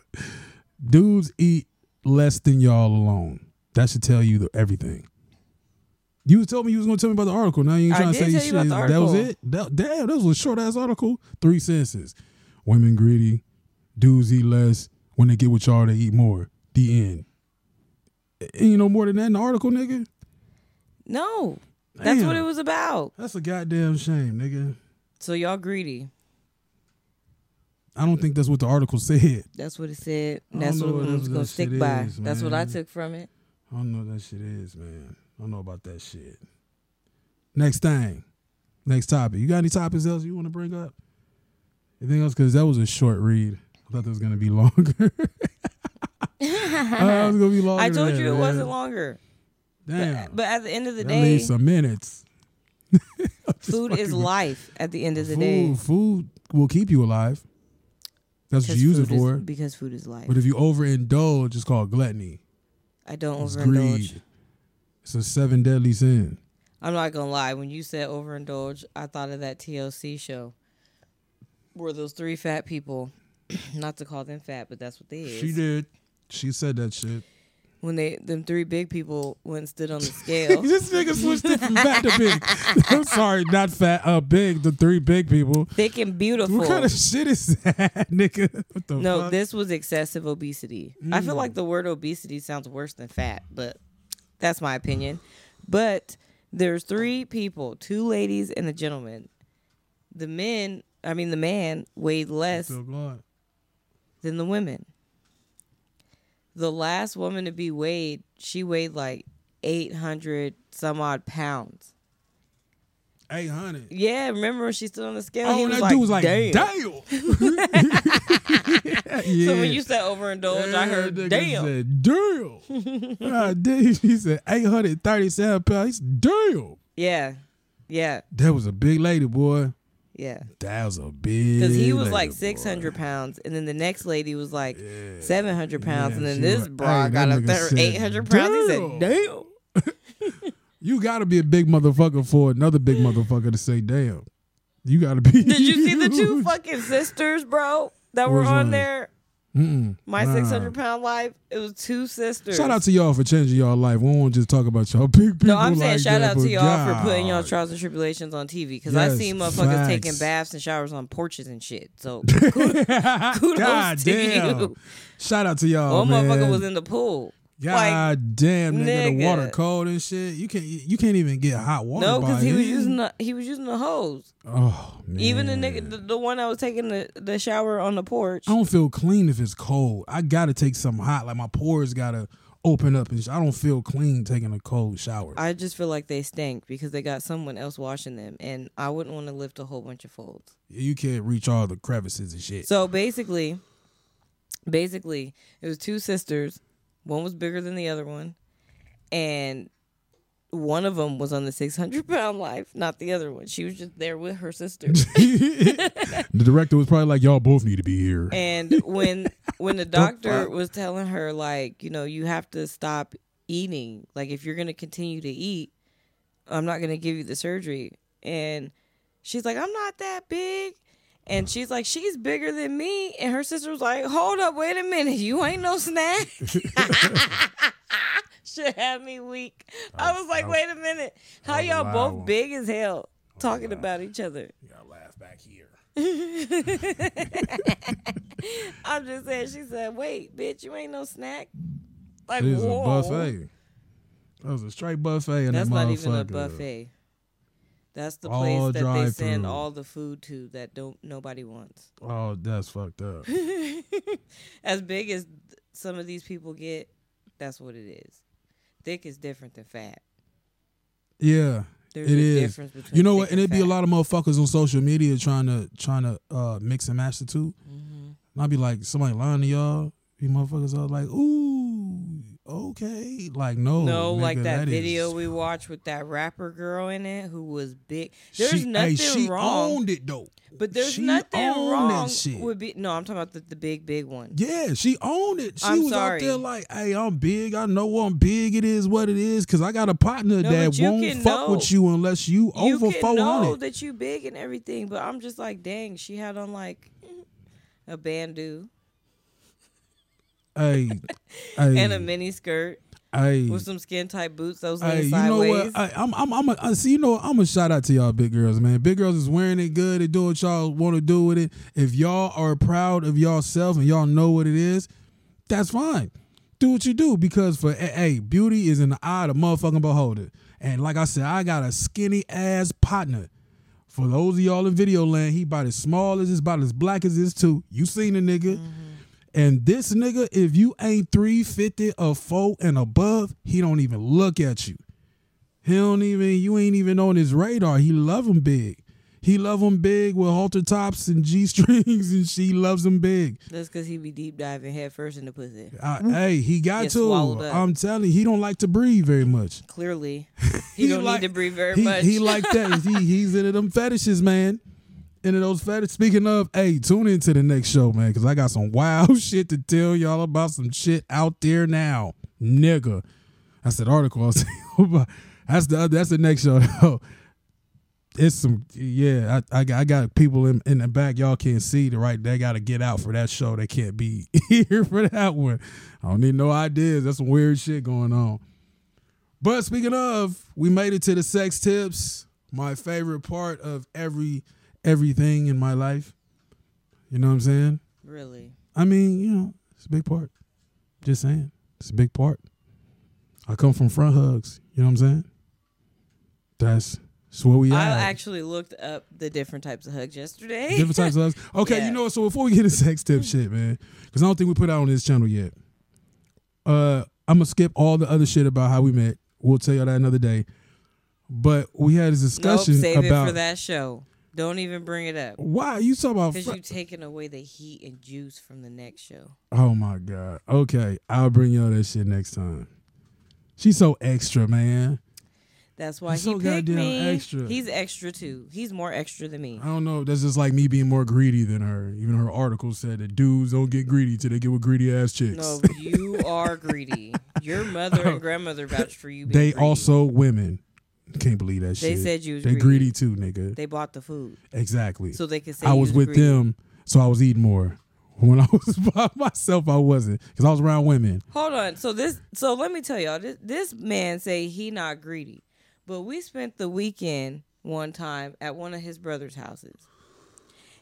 S1: dudes eat less than y'all alone. That should tell you the, everything. You told me you was gonna tell me about the article. Now you ain't
S2: I
S1: trying to
S2: did
S1: say
S2: tell
S1: shit.
S2: you about the
S1: That was
S2: article.
S1: it. That, damn, that was a short ass article. Three sentences. Women greedy. Dudes eat less. When they get with y'all, they eat more. The end. And you know more than that in the article, nigga.
S2: No, that's
S1: Damn.
S2: what it was about.
S1: That's a goddamn shame, nigga.
S2: So y'all greedy.
S1: I don't think that's what the article said.
S2: That's what it said.
S1: I
S2: and That's
S1: don't
S2: what
S1: know what
S2: I'm
S1: that
S2: gonna
S1: shit
S2: stick by.
S1: is,
S2: That's what I
S1: man.
S2: took from it.
S1: I don't know what that shit is, man. I don't know about that shit. Next thing. Next topic. You got any topics else you want to bring up? Anything else? Because that was a short read. I thought that was going to be longer. I was going to be longer.
S2: I told
S1: than
S2: you
S1: that,
S2: it
S1: man.
S2: wasn't longer.
S1: Damn.
S2: But at the end of the
S1: that
S2: day,
S1: leaves some minutes. I'm just
S2: food is
S1: fucking with-
S2: life. At the end of the
S1: food,
S2: day,
S1: Food will keep you alive. That's what you use it
S2: food is-
S1: for.
S2: because food is life.
S1: But if you overindulge, it's called gluttony.
S2: I don't
S1: It's
S2: overindulge.
S1: greed. It's a seven deadly sin.
S2: I'm not gonna lie. When you said overindulge, I thought of that TLC show where those three fat people, not to call them fat, but that's what they is.
S1: She did. She said that shit.
S2: When they them three big people went and stood on the scale.
S1: this nigga switched it from fat to big. I'm sorry, not fat, uh, big. The three big people.
S2: Thick and beautiful.
S1: What kind of shit is that, nigga? What the
S2: no,
S1: fuck? Hmm.
S2: this was excessive obesity. I feel like the word obesity sounds worse than fat, but that's my opinion. But there's three people, two ladies and a gentleman. The men, I mean the man weighed less
S1: Still blind.
S2: than the women. The last woman to be weighed, she weighed like 800 some odd pounds.
S1: 800.
S2: Yeah, remember when she stood on the scale?
S1: Oh,
S2: he
S1: and
S2: was
S1: that
S2: like,
S1: dude was like,
S2: damn.
S1: damn. yeah.
S2: So when you said overindulge, I heard,
S1: That nigga
S2: damn.
S1: Said, damn. Ah, damn. He said 837 pounds. He said, damn.
S2: Yeah, yeah,
S1: That was a big lady, boy.
S2: yeah.
S1: That was a big.
S2: Because he was
S1: lady,
S2: like
S1: boy.
S2: 600 pounds, and then the next lady was like 700 pounds,
S1: Yeah,
S2: and then
S1: she
S2: this
S1: was-
S2: broad
S1: hey,
S2: got
S1: that
S2: up
S1: nigga
S2: there
S1: said,
S2: 800 pounds.
S1: "Damn."
S2: He said, damn.
S1: You gotta be a big motherfucker for another big motherfucker to say damn. You gotta be.
S2: Did you see the two
S1: huge.
S2: fucking sisters, bro, that were
S1: Which
S2: on
S1: one?
S2: there?
S1: Mm-mm.
S2: My
S1: Nah.
S2: 600 pound life, it was two sisters.
S1: Shout out to y'all for changing y'all life. We won't just talk about y'all big people.
S2: No, I'm saying
S1: like
S2: shout
S1: that,
S2: out to
S1: but
S2: y'all for putting y'all
S1: God.
S2: trials and tribulations on TV because I
S1: Yes,
S2: see motherfuckers taking
S1: facts.
S2: baths and showers on porches and shit. So one kudos
S1: God
S2: to
S1: damn.
S2: you.
S1: Shout out to y'all. Oh, man.
S2: motherfucker was in the pool.
S1: God damn, nigga, the
S2: nigga.
S1: water cold and shit. You can't, you can't even get hot water.
S2: No,
S1: because
S2: because he was using the he was using the hose.
S1: Oh man.
S2: Even the nigga, the, the one that was taking the, the shower on the porch.
S1: Oh. I don't feel clean if it's cold. I gotta take something hot. Like my pores gotta open up and sh- I don't feel clean taking a cold shower.
S2: I just feel like they stink because they got someone else washing them, and I wouldn't want to lift a whole bunch of folds.
S1: you can't reach all the crevices and shit.
S2: So basically, basically, it was two sisters. One was bigger than the other one, and one of them was on the six hundred pound life, not the other one. She was just there with her sister.
S1: the director was probably like, "Y'all both need to be here."
S2: and when when the doctor was telling her like, you know, you have to stop eating. Like if you're gonna continue to eat, I'm not gonna give you the surgery. And she's like, I'm not that big. And she's like, she's bigger than me. And her sister was like, hold up, wait a minute. You ain't no snack. Should have me weak. I was like, wait a minute. How
S1: was a
S2: y'all
S1: loud
S2: both
S1: one.
S2: big as hell talking about each other?
S1: you gotta laugh back here.
S2: I'm just saying. She said, "Wait, bitch, you ain't no snack." Like,
S1: It is a
S2: whoa.
S1: buffet. That was a straight buffet, and
S2: That's
S1: that
S2: not even a
S1: motherfucker-
S2: buffet. That's the
S1: All
S2: place that they send
S1: drive-through.
S2: all the food to that don't nobody wants.
S1: Oh, that's fucked up.
S2: As big as th- some of these people get, that's what it is. Thick is different than fat.
S1: Yeah,
S2: There's
S1: it
S2: a
S1: is.
S2: difference between
S1: you know what?
S2: thick
S1: And it'd be a
S2: fat.
S1: lot of motherfuckers on social media trying to trying to uh, mix and match the 2
S2: Mm-hmm.
S1: And I'd be like, somebody lying to y'all. You motherfuckers are like, ooh, okay, like no,
S2: No,
S1: nigga,
S2: like that,
S1: is-
S2: video we watched with that rapper girl in it who was big. There's
S1: she,
S2: nothing
S1: hey, she
S2: wrong.
S1: owned it though.
S2: But there's
S1: She
S2: nothing
S1: owned that
S2: wrong
S1: shit.
S2: with be no. I'm talking about the, the big, big one.
S1: Yeah, she owned it. She
S2: I'm
S1: was
S2: sorry.
S1: out there like, "Hey, I'm big. I know I'm big. It is what it is." Because I got a partner
S2: No,
S1: that
S2: but you
S1: won't
S2: can
S1: fuck
S2: know.
S1: with you unless you,
S2: you
S1: over
S2: can
S1: four
S2: know
S1: hundred.
S2: that you big and everything, but I'm just like, dang, she had on like a bandeau
S1: Hey, hey,
S2: and a mini skirt
S1: hey,
S2: with some skin tight boots. Those
S1: hey,
S2: lean
S1: you know
S2: sideways.
S1: what? I, I'm, I'm, I'm a, I see. You know, I'm a shout out to y'all, big girls, man. Big girls is wearing it good. They do what y'all want to do with it. If y'all are proud of yourself and y'all know what it is, that's fine. Do what you do because for hey, beauty is in the eye of the motherfucking beholder. And like I said, I got a skinny ass partner. For those of y'all in video land, he about as small as this, about as black as this too. You seen the nigga.
S2: Mm-hmm.
S1: And this nigga, if you ain't 350 or four and above, he don't even look at you. He don't even, you ain't even on his radar. He love him big. He love him big with halter tops and G strings, and she loves him big.
S2: That's because he be deep diving head first in the pussy.
S1: I, Hey, he got
S2: Mm-hmm. Get
S1: to.
S2: swallowed up.
S1: I'm telling you, he don't like to breathe very much.
S2: Clearly, he don't
S1: like-
S2: need to breathe very
S1: he,
S2: much.
S1: He like that. he, he's into them fetishes, man. Into those fetishes. Speaking of, hey, tune into the next show, man, because I got some wild shit to tell y'all about some shit out there now, nigga. That's that article I was telling you about. That's the other, that's the next show though. It's some yeah. I, I got I got people in, in the back. Y'all can't see the right. They got to get out for that show. They can't be here for that one. I don't need no ideas. That's some weird shit going on. But speaking of, we made it to the sex tips. My favorite part of every everything in my life. You know what I'm saying?
S2: really,
S1: I mean, you know, it's a big part. Just saying. It's a big part. I come from front hugs. You know what I'm saying? That's, that's what we are.
S2: I actually looked up the different types of hugs yesterday.
S1: Different types of hugs. Okay,
S2: Yeah.
S1: you know what? So before we get into sex tip shit, man, because I don't think we put out on this channel yet. Uh, I'm gonna skip all the other shit about how we met. We'll tell y'all that another day. But we had this
S2: nope,
S1: discussion
S2: save
S1: about
S2: it for that show. Don't even bring it up
S1: why you talking about.
S2: because
S1: fr-
S2: you taking away the heat and juice from the next show.
S1: oh my god. Okay, I'll bring y'all that shit next time. She's so extra, man.
S2: That's why
S1: He's
S2: he
S1: so
S2: picked
S1: goddamn
S2: me.
S1: extra.
S2: He's extra too. He's more extra than me.
S1: I don't know. That's just like me being more greedy than her. Even her article said that dudes don't get greedy till they get with greedy ass chicks.
S2: No, you are greedy. Your mother and grandmother vouched for you. Being
S1: They
S2: greedy.
S1: also women. Can't believe that
S2: They
S1: shit.
S2: said you was
S1: they greedy
S2: greedy.
S1: too, nigga.
S2: they bought the food
S1: exactly.
S2: so they could say
S1: I
S2: you
S1: was with
S2: greedy.
S1: them, so I was eating more. When I was by myself, I wasn't because I was around women.
S2: Hold on. So this. So let me tell y'all. This, this man say he not greedy, but we spent the weekend one time at one of his brother's houses,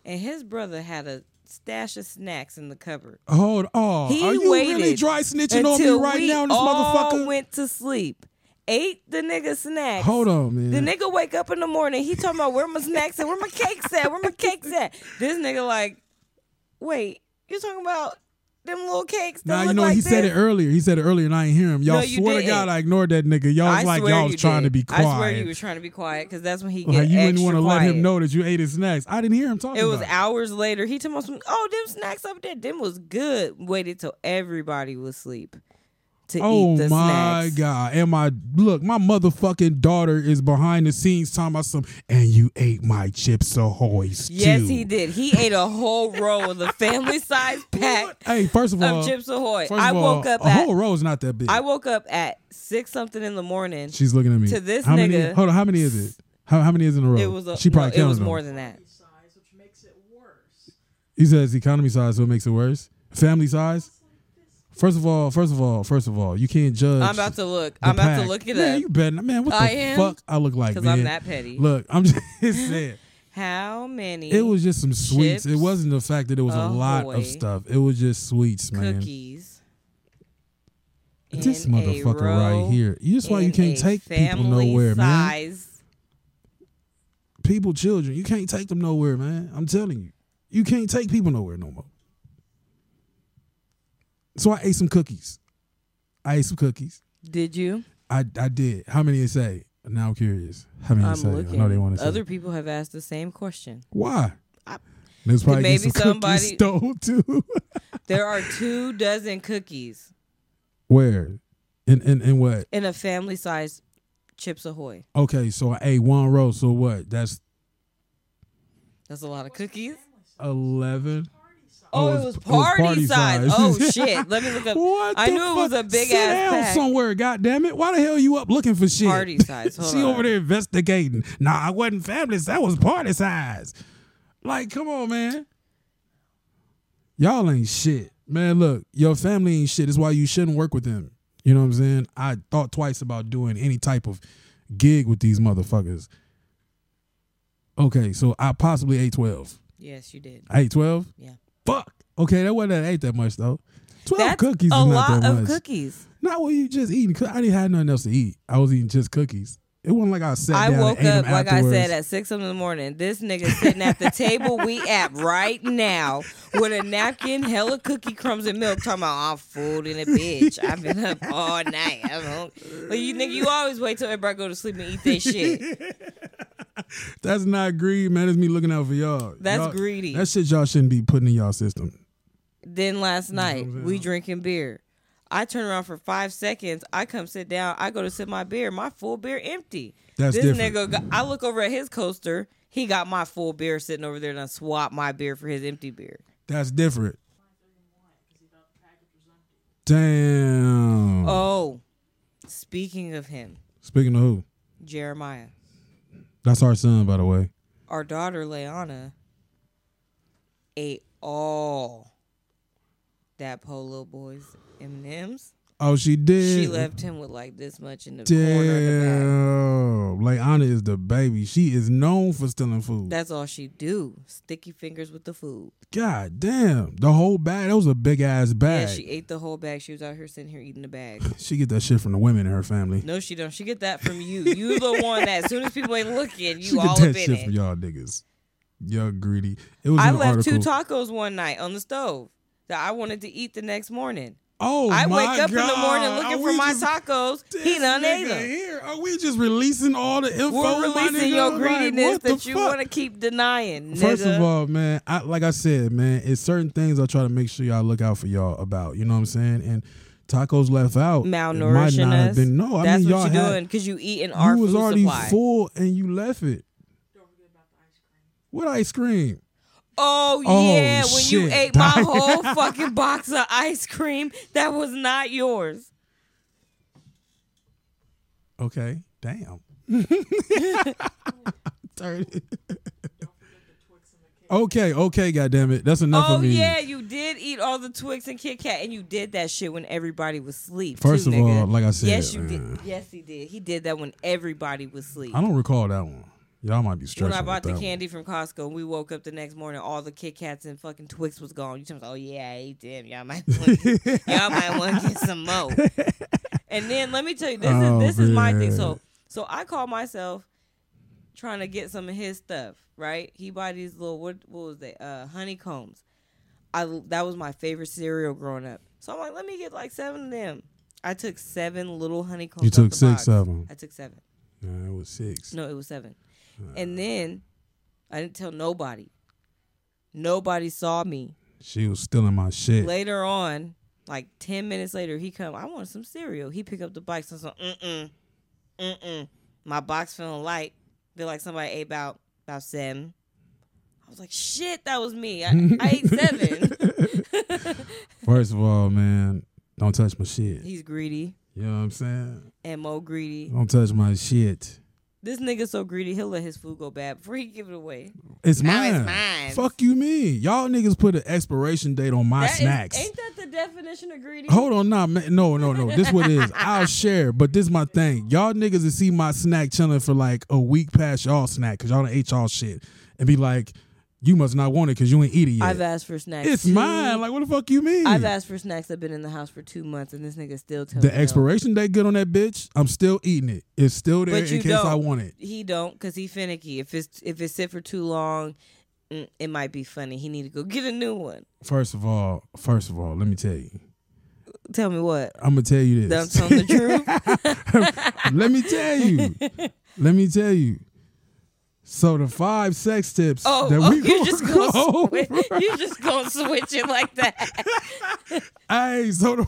S2: and his brother had a stash of snacks in the cupboard.
S1: Hold on,
S2: He
S1: are you really
S2: waited
S1: dry snitching on me
S2: until
S1: right
S2: we
S1: now, this
S2: all
S1: motherfucker?
S2: went to sleep, ate the nigga snacks.
S1: Hold on, man.
S2: The nigga wake up in the morning. He talking about where my snacks at, where my cakes at, where my cakes at. This nigga like, wait, you talking about them little cakes. that
S1: Now you
S2: look
S1: know
S2: like
S1: he said
S2: this.
S1: it earlier. He said it earlier, and I ain't hear him. Y'all
S2: No, you
S1: swear to
S2: didn't.
S1: God, I ignored that nigga. Y'all was
S2: I
S1: like
S2: swear
S1: y'all
S2: you
S1: was trying to
S2: did.
S1: be quiet.
S2: I swear you were trying to be quiet because that's when he get
S1: like you didn't
S2: extra
S1: want to let
S2: quiet.
S1: him know that you ate his snacks. I didn't hear him talking.
S2: It was
S1: about
S2: hours later. He told us, "Oh, them snacks up there, them was good." Waited till everybody was asleep to
S1: Oh
S2: eat the
S1: my
S2: snacks.
S1: god! And my look, my motherfucking daughter is behind the scenes talking about some. And you ate my chips ahoy too.
S2: Yes, he did. He ate a whole roll of the family size pack
S1: Hey, first of all,
S2: of Chips Ahoy.
S1: first of
S2: I
S1: all,
S2: woke up
S1: A whole
S2: at
S1: row is not that big.
S2: I woke up at six something in the morning.
S1: She's looking at me.
S2: to this
S1: how Many,
S2: nigga-
S1: hold on, how many is it? How, how many is in a row?
S2: It was a,
S1: she probably
S2: no, it
S1: counted
S2: was
S1: them.
S2: more than that.
S3: size, which makes it worse.
S1: He says economy size, so it makes it worse. Family size. First of all, first of all, first of all, you can't judge.
S2: I'm about to look.
S1: the
S2: I'm about
S1: pack.
S2: to look it
S1: man,
S2: up
S1: you better, not- man. What the
S2: I am,
S1: fuck? I look like
S2: because
S1: man.
S2: I'm that petty.
S1: Look, I'm just saying.
S2: How many?
S1: It was just some sweets. It
S2: Chips
S1: wasn't the fact that it was a lot
S2: Ahoy.
S1: of stuff. It was just sweets, man.
S2: cookies.
S1: This
S2: in a
S1: motherfucker
S2: row
S1: right here. That's why you
S2: in
S1: can't
S2: a
S1: take people
S2: family
S1: nowhere, man.
S2: size.
S1: People, children, you can't take them nowhere, man. I'm telling you, you can't take people nowhere no more. So I ate some cookies. I ate some cookies.
S2: Did you?
S1: I I did. How many it say? Now I'm curious. How many it
S2: I'm
S1: say?
S2: looking.
S1: I know they want to say.
S2: Other people have asked the same question.
S1: Why?
S2: I-
S1: There's probably
S2: Maybe
S1: maybe some somebody
S2: somebody-
S1: stole too.
S2: There are two dozen cookies
S1: Where? In in in what?
S2: in a family size Chips Ahoy.
S1: Okay, so I ate one roll. So what? That's
S2: That's a lot of cookies.
S1: eleven.
S2: Oh, it was party, size. Oh shit! Let me look up.
S1: what?
S2: I
S1: the
S2: knew it was
S1: fuck?
S2: a big
S1: Sit
S2: ass
S1: down
S2: pack.
S1: somewhere. God damn it! Why the hell you up looking for shit?
S2: Party size. Hold
S1: she
S2: on.
S1: over there investigating. Nah, I wasn't family. That was party size. Like, come on, man. Y'all ain't shit, man. Look, your family ain't shit. That's why you shouldn't work with them. You know what I'm saying? I thought twice about doing any type of gig with these motherfuckers. Okay, so I possibly ate twelve.
S2: Yes, you did.
S1: I ate twelve.
S2: Yeah.
S1: Fuck. Okay, that wasn't that I ate that much though. Twelve
S2: That's
S1: cookies
S2: a
S1: is not
S2: lot
S1: that
S2: of
S1: much.
S2: cookies.
S1: Not what you just eating. 'cause I didn't have nothing else to eat. I was eating just cookies. It wasn't like I sat
S2: I
S1: down
S2: woke
S1: and ate
S2: up
S1: them
S2: like
S1: afterwards.
S2: I said at six in the morning. This nigga sitting at the table we at right now with a napkin, hella cookie crumbs and milk. Talking about I'm food in a bitch. I've been up all night. I'm hungry. But you nigga, you always wait till everybody go to sleep and eat their shit.
S1: That's not greed, man. That's me looking out for y'all.
S2: That's
S1: Y'all-
S2: greedy.
S1: That shit y'all shouldn't be putting in y'all system.
S2: Then last night
S1: I'm
S2: we
S1: saying?
S2: drinking beer. I turn around for five seconds. I come sit down. I go to sip my beer. My full beer empty.
S1: That's
S2: this
S1: different.
S2: nigga. Got, I look over at his coaster. He got my full beer sitting over there, and I swap my beer for his empty beer.
S1: That's different. Damn.
S2: Oh, speaking of him,
S1: Speaking of who?
S2: Jeremiah,
S1: That's our son, by the way.
S2: our daughter Leanna ate all that Polo Boys M M's.
S1: Oh, she did.
S2: She left him with like this much in the corner of the back.
S1: Damn. Like Anna is the baby. She is known for stealing food.
S2: That's all she do. Sticky fingers with the food.
S1: God damn. The whole bag. That was a big ass bag.
S2: Yeah, she
S1: she,
S2: ate the whole bag. She was out here sitting here eating the bag.
S1: get that shit from the women in her family.
S2: No, she don't. She get that from you. You the one that as soon as people ain't looking, you
S1: she
S2: all
S1: get
S2: up in
S1: that shit
S2: it.
S1: from y'all niggas. Y'all greedy. It was
S2: I
S1: an
S2: left
S1: article.
S2: two tacos one night on the stove that I wanted to eat the next morning.
S1: oh,
S2: I
S1: my
S2: wake up in the morning
S1: God.
S2: looking
S1: Are
S2: for
S1: we
S2: my
S1: just-
S2: tacos. He
S1: This
S2: done ate
S1: nigga
S2: them.
S1: Here. Are we just releasing all the info?
S2: We're
S1: my
S2: releasing
S1: nigga?
S2: your
S1: Like,
S2: greediness
S1: what the
S2: that you
S1: fuck?
S2: want to keep denying, nigga.
S1: First of all, man, I, like I said, man, it's certain things I try to make sure y'all look out for y'all about. You know what I'm saying? And tacos left out it
S2: malnourishing
S1: might not
S2: us.
S1: Have been, no, I
S2: That's
S1: mean
S2: what
S1: y'all
S2: you're
S1: had,
S2: doing because you eating
S1: You
S2: our
S1: was
S2: food
S1: already
S2: supply.
S1: full and you left it. What ice cream?
S2: Oh,
S1: Oh,
S2: yeah, when you
S1: shit.
S2: ate my whole fucking box of ice cream that was not yours.
S1: Okay, damn. Dirty. okay, okay, goddamn it, that's enough
S2: Oh
S1: of me.
S2: yeah, you did eat all the Twix and Kit Kat, and you did that shit when everybody was asleep.
S1: First
S2: too,
S1: of
S2: nigga.
S1: all, like I said, uh,
S2: yes, you
S1: man.
S2: did. Yes, he did. He did that when everybody was asleep.
S1: I don't recall that one. Y'all might be
S2: When
S1: stretching.
S2: I
S1: with
S2: bought the
S1: that one.
S2: candy from Costco, we woke up the next morning, all the Kit Kats and fucking Twix was gone. You tell me, oh yeah, I ate them. Y'all might, want, y'all might want to get some more. And then let me tell you, this
S1: Oh,
S2: is this is my thing.
S1: man.
S2: So, so I call myself trying to get some of his stuff. Right? He buy these little what what was they? Uh, honeycombs. I that was my favorite cereal growing up. So I'm like, let me get like seven of them. I took seven little honeycombs.
S1: You
S2: out
S1: took
S2: the
S1: six
S2: box.
S1: of 'em.
S2: I took seven.
S1: Nah, it was six.
S2: No, it was seven. and then I didn't tell nobody. Nobody saw me.
S1: She was stealing my shit.
S2: Later on, like ten minutes later, he come. I want some cereal. He pick up the box and so mm mm, mm mm. My box feeling light. Feel like somebody ate about about seven. I was like, shit, that was me. I, I ate seven.
S1: First of all, man, don't touch my shit.
S2: He's greedy
S1: You know what I'm saying?
S2: and more greedy.
S1: Don't touch my shit.
S2: This nigga so greedy, he'll let his food go bad before he give it away.
S1: It's
S2: Now
S1: mine.
S2: it's mine.
S1: Fuck you, me. Y'all niggas put an expiration date on my
S2: That is-
S1: snacks.
S2: ain't that the definition of greedy?
S1: Hold on, nah, man. no, no, no. This what it is. I'll share, but this my thing. Y'all niggas that see my snack chilling for like a week past y'all snack because y'all done ate y'all shit and be like, you must not want it because you ain't eat it yet.
S2: I've asked for snacks.
S1: it's
S2: too.
S1: mine. Like what the fuck you mean?
S2: I've asked for snacks. I've been in the house for two months, and this nigga still tells me
S1: the
S2: no.
S1: expiration date good on that bitch. I'm still eating it. It's still there
S2: But
S1: in
S2: you
S1: case
S2: don't.
S1: I want it.
S2: He don't, cause he finicky. If it's if it's sit for too long, mm, it might be funny. He need to go get a new one.
S1: First of all, first of all, let me tell you.
S2: Tell me what.
S1: I'm gonna tell you
S2: That I'm
S1: this.
S2: telling the truth.
S1: let me tell you. Let me tell you. So the five sex tips
S2: Oh,
S1: that
S2: oh,
S1: we
S2: you just gonna
S1: go
S2: switch, you just gonna switch it like that.
S1: Hey, so the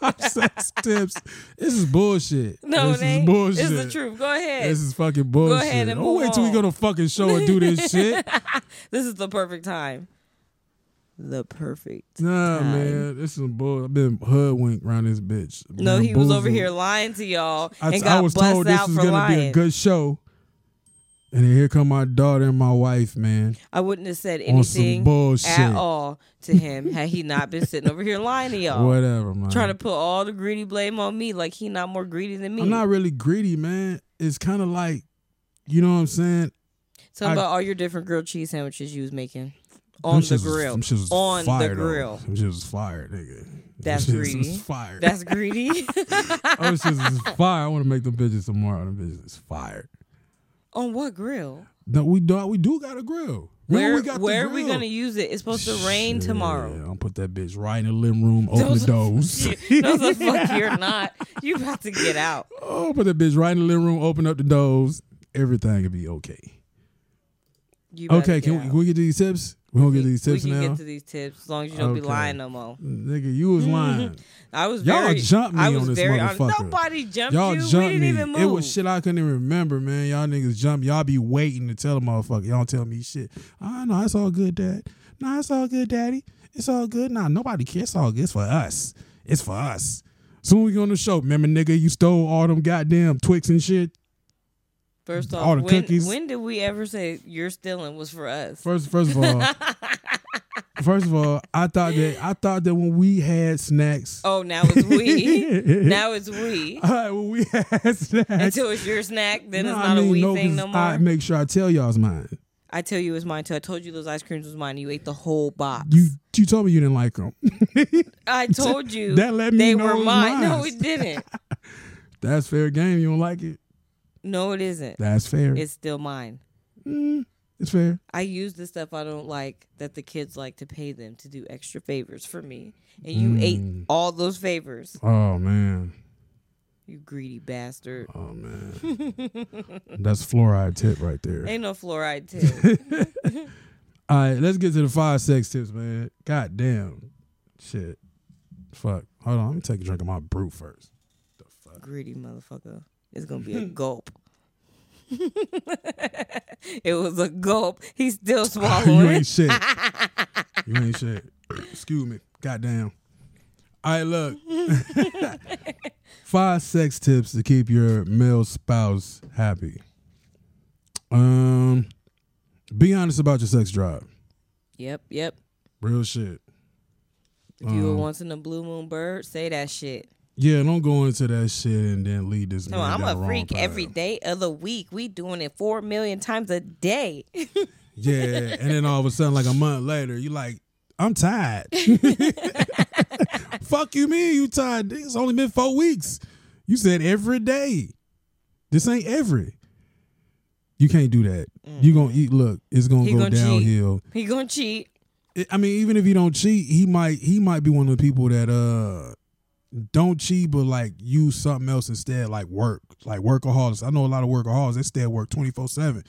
S1: five sex tips. This is bullshit. this
S2: No, it
S1: is
S2: ain't.
S1: bullshit.
S2: It's the truth. Go ahead.
S1: This is fucking bullshit.
S2: ahead and
S1: Don't
S2: move
S1: wait till we
S2: on.
S1: go to fucking show and do this shit.
S2: this is the perfect time. The perfect.
S1: Nah,
S2: time.
S1: man, this is some bull. I've been hoodwinked around this bitch.
S2: No, he was over
S1: Bamboozled.
S2: here lying to y'all
S1: I,
S2: and
S1: I
S2: got
S1: was
S2: bust
S1: told this
S2: out
S1: was
S2: for
S1: gonna
S2: lying.
S1: be a good show, and then here come my daughter and my wife, man.
S2: I wouldn't have said
S1: On some
S2: anything
S1: bullshit.
S2: at all to him had he not been sitting over here lying to y'all.
S1: Whatever, man.
S2: Trying to put all the greedy blame on me, like he not more greedy than me.
S1: I'm not really greedy, man. It's kind of like, you know what I'm saying?
S2: Tell me
S1: I-
S2: about all your different grilled cheese sandwiches you was making on
S1: Them
S2: the
S1: shits was-
S2: grill.
S1: them shits was
S2: on
S1: fire,
S2: the
S1: though.
S2: grill.
S1: Them shit was fire, nigga.
S2: That's
S1: Them shits
S2: greedy.
S1: Was fire.
S2: That's greedy.
S1: Oh, this shit is fire. I want to make them bitches some more. Them bitches is fire.
S2: on what grill?
S1: No, we do. We do got a grill. We
S2: Where,
S1: only got the
S2: where are we
S1: grill.
S2: gonna use it? It's supposed to rain
S1: Shit, I'm
S2: tomorrow.
S1: gonna put that bitch right in the living room. Open
S2: Those
S1: the
S2: are-
S1: doors.
S2: no, the fuck you're not. You about to get out.
S1: oh, put that bitch right in the living room. Open up the doors. Everything will be okay.
S2: You about to
S1: Okay,
S2: get
S1: can we,
S2: out.
S1: can we get to these tips? We gonna get to these
S2: We
S1: tips
S2: can
S1: now.
S2: get to these tips as long as you don't
S1: Okay.
S2: be lying no more.
S1: Nigga, you was lying.
S2: I was
S1: Y'all
S2: very,
S1: jumped me
S2: I was
S1: on this
S2: very
S1: motherfucker.
S2: Nobody jumped
S1: Y'all
S2: you. we
S1: jumped
S2: didn't
S1: me.
S2: even move.
S1: It was shit I couldn't even remember, man. Y'all niggas jump. Y'all be waiting to tell a motherfucker. Y'all don't tell me shit. I know it's all good, dad. Nah, it's all good, daddy. It's all good. Nah, nobody cares. It's all good. It's for us. It's for us. Soon we go on the show. Remember, nigga, you stole all them goddamn Twix and shit.
S2: First off,
S1: all the
S2: when,
S1: cookies.
S2: when did we ever say your stealing was for us?
S1: First, first of all, first of all, I thought that I thought that when we had snacks,
S2: oh, now it's we. now it's we.
S1: all right, when we had snacks,
S2: Until it's your snack, then
S1: No,
S2: it's
S1: I
S2: not
S1: mean,
S2: a we
S1: no,
S2: thing
S1: 'cause
S2: no more.
S1: I
S2: I,
S1: make sure I tell y'all's mine.
S2: tell you it's mine too. I told you those ice creams was mine. You ate the whole box.
S1: You you told me you didn't like them.
S2: I told you
S1: That let me
S2: they
S1: know it
S2: were
S1: was
S2: mine. No,
S1: mine.
S2: it didn't.
S1: That's fair game. You don't like it.
S2: No, it isn't.
S1: That's fair. It's,
S2: It's still mine.
S1: fair.
S2: I use the stuff I don't like that the kids like to pay them to do extra favors for me. And you
S1: Mm.
S2: ate all those favors.
S1: Oh man.
S2: You greedy bastard.
S1: Oh man. That's fluoride tip right there.
S2: Ain't no fluoride tip.
S1: All right, let's get to the five sex tips, man. God damn. Shit. Fuck. Hold on. Let me take a drink of my brew first.
S2: greedy motherfucker. It's gonna be a gulp. it was a gulp. He's still
S1: you
S2: swallowing.
S1: ain't shit. You ain't shit. Excuse me. Goddamn. All right, look. Five sex tips to keep your male spouse happy. Um, be honest about your sex drive.
S2: yep, yep.
S1: Real shit.
S2: If you
S1: Um.
S2: were once in a blue moon bird, say that shit.
S1: Yeah, don't go into that shit and then lead this.
S2: No,
S1: man
S2: I'm
S1: down the
S2: a
S1: wrong
S2: freak
S1: path.
S2: every day of the week. We doing it four million times a day.
S1: Yeah, and then all of a sudden, like a month later, you like, I'm tired. Fuck you, mean You tired? nigga? It's only been four weeks. You said every day. This ain't every. You can't do that. You gonna eat. Look, it's gonna
S2: Mm. He
S1: go
S2: gonna cheat.
S1: downhill.
S2: he gonna cheat.
S1: I- I mean, even if you don't cheat, he might he might be one of the people that uh don't cheat, but like use something else instead, like work, like workaholics. I know a lot of workaholics. They stay at work twenty four seven.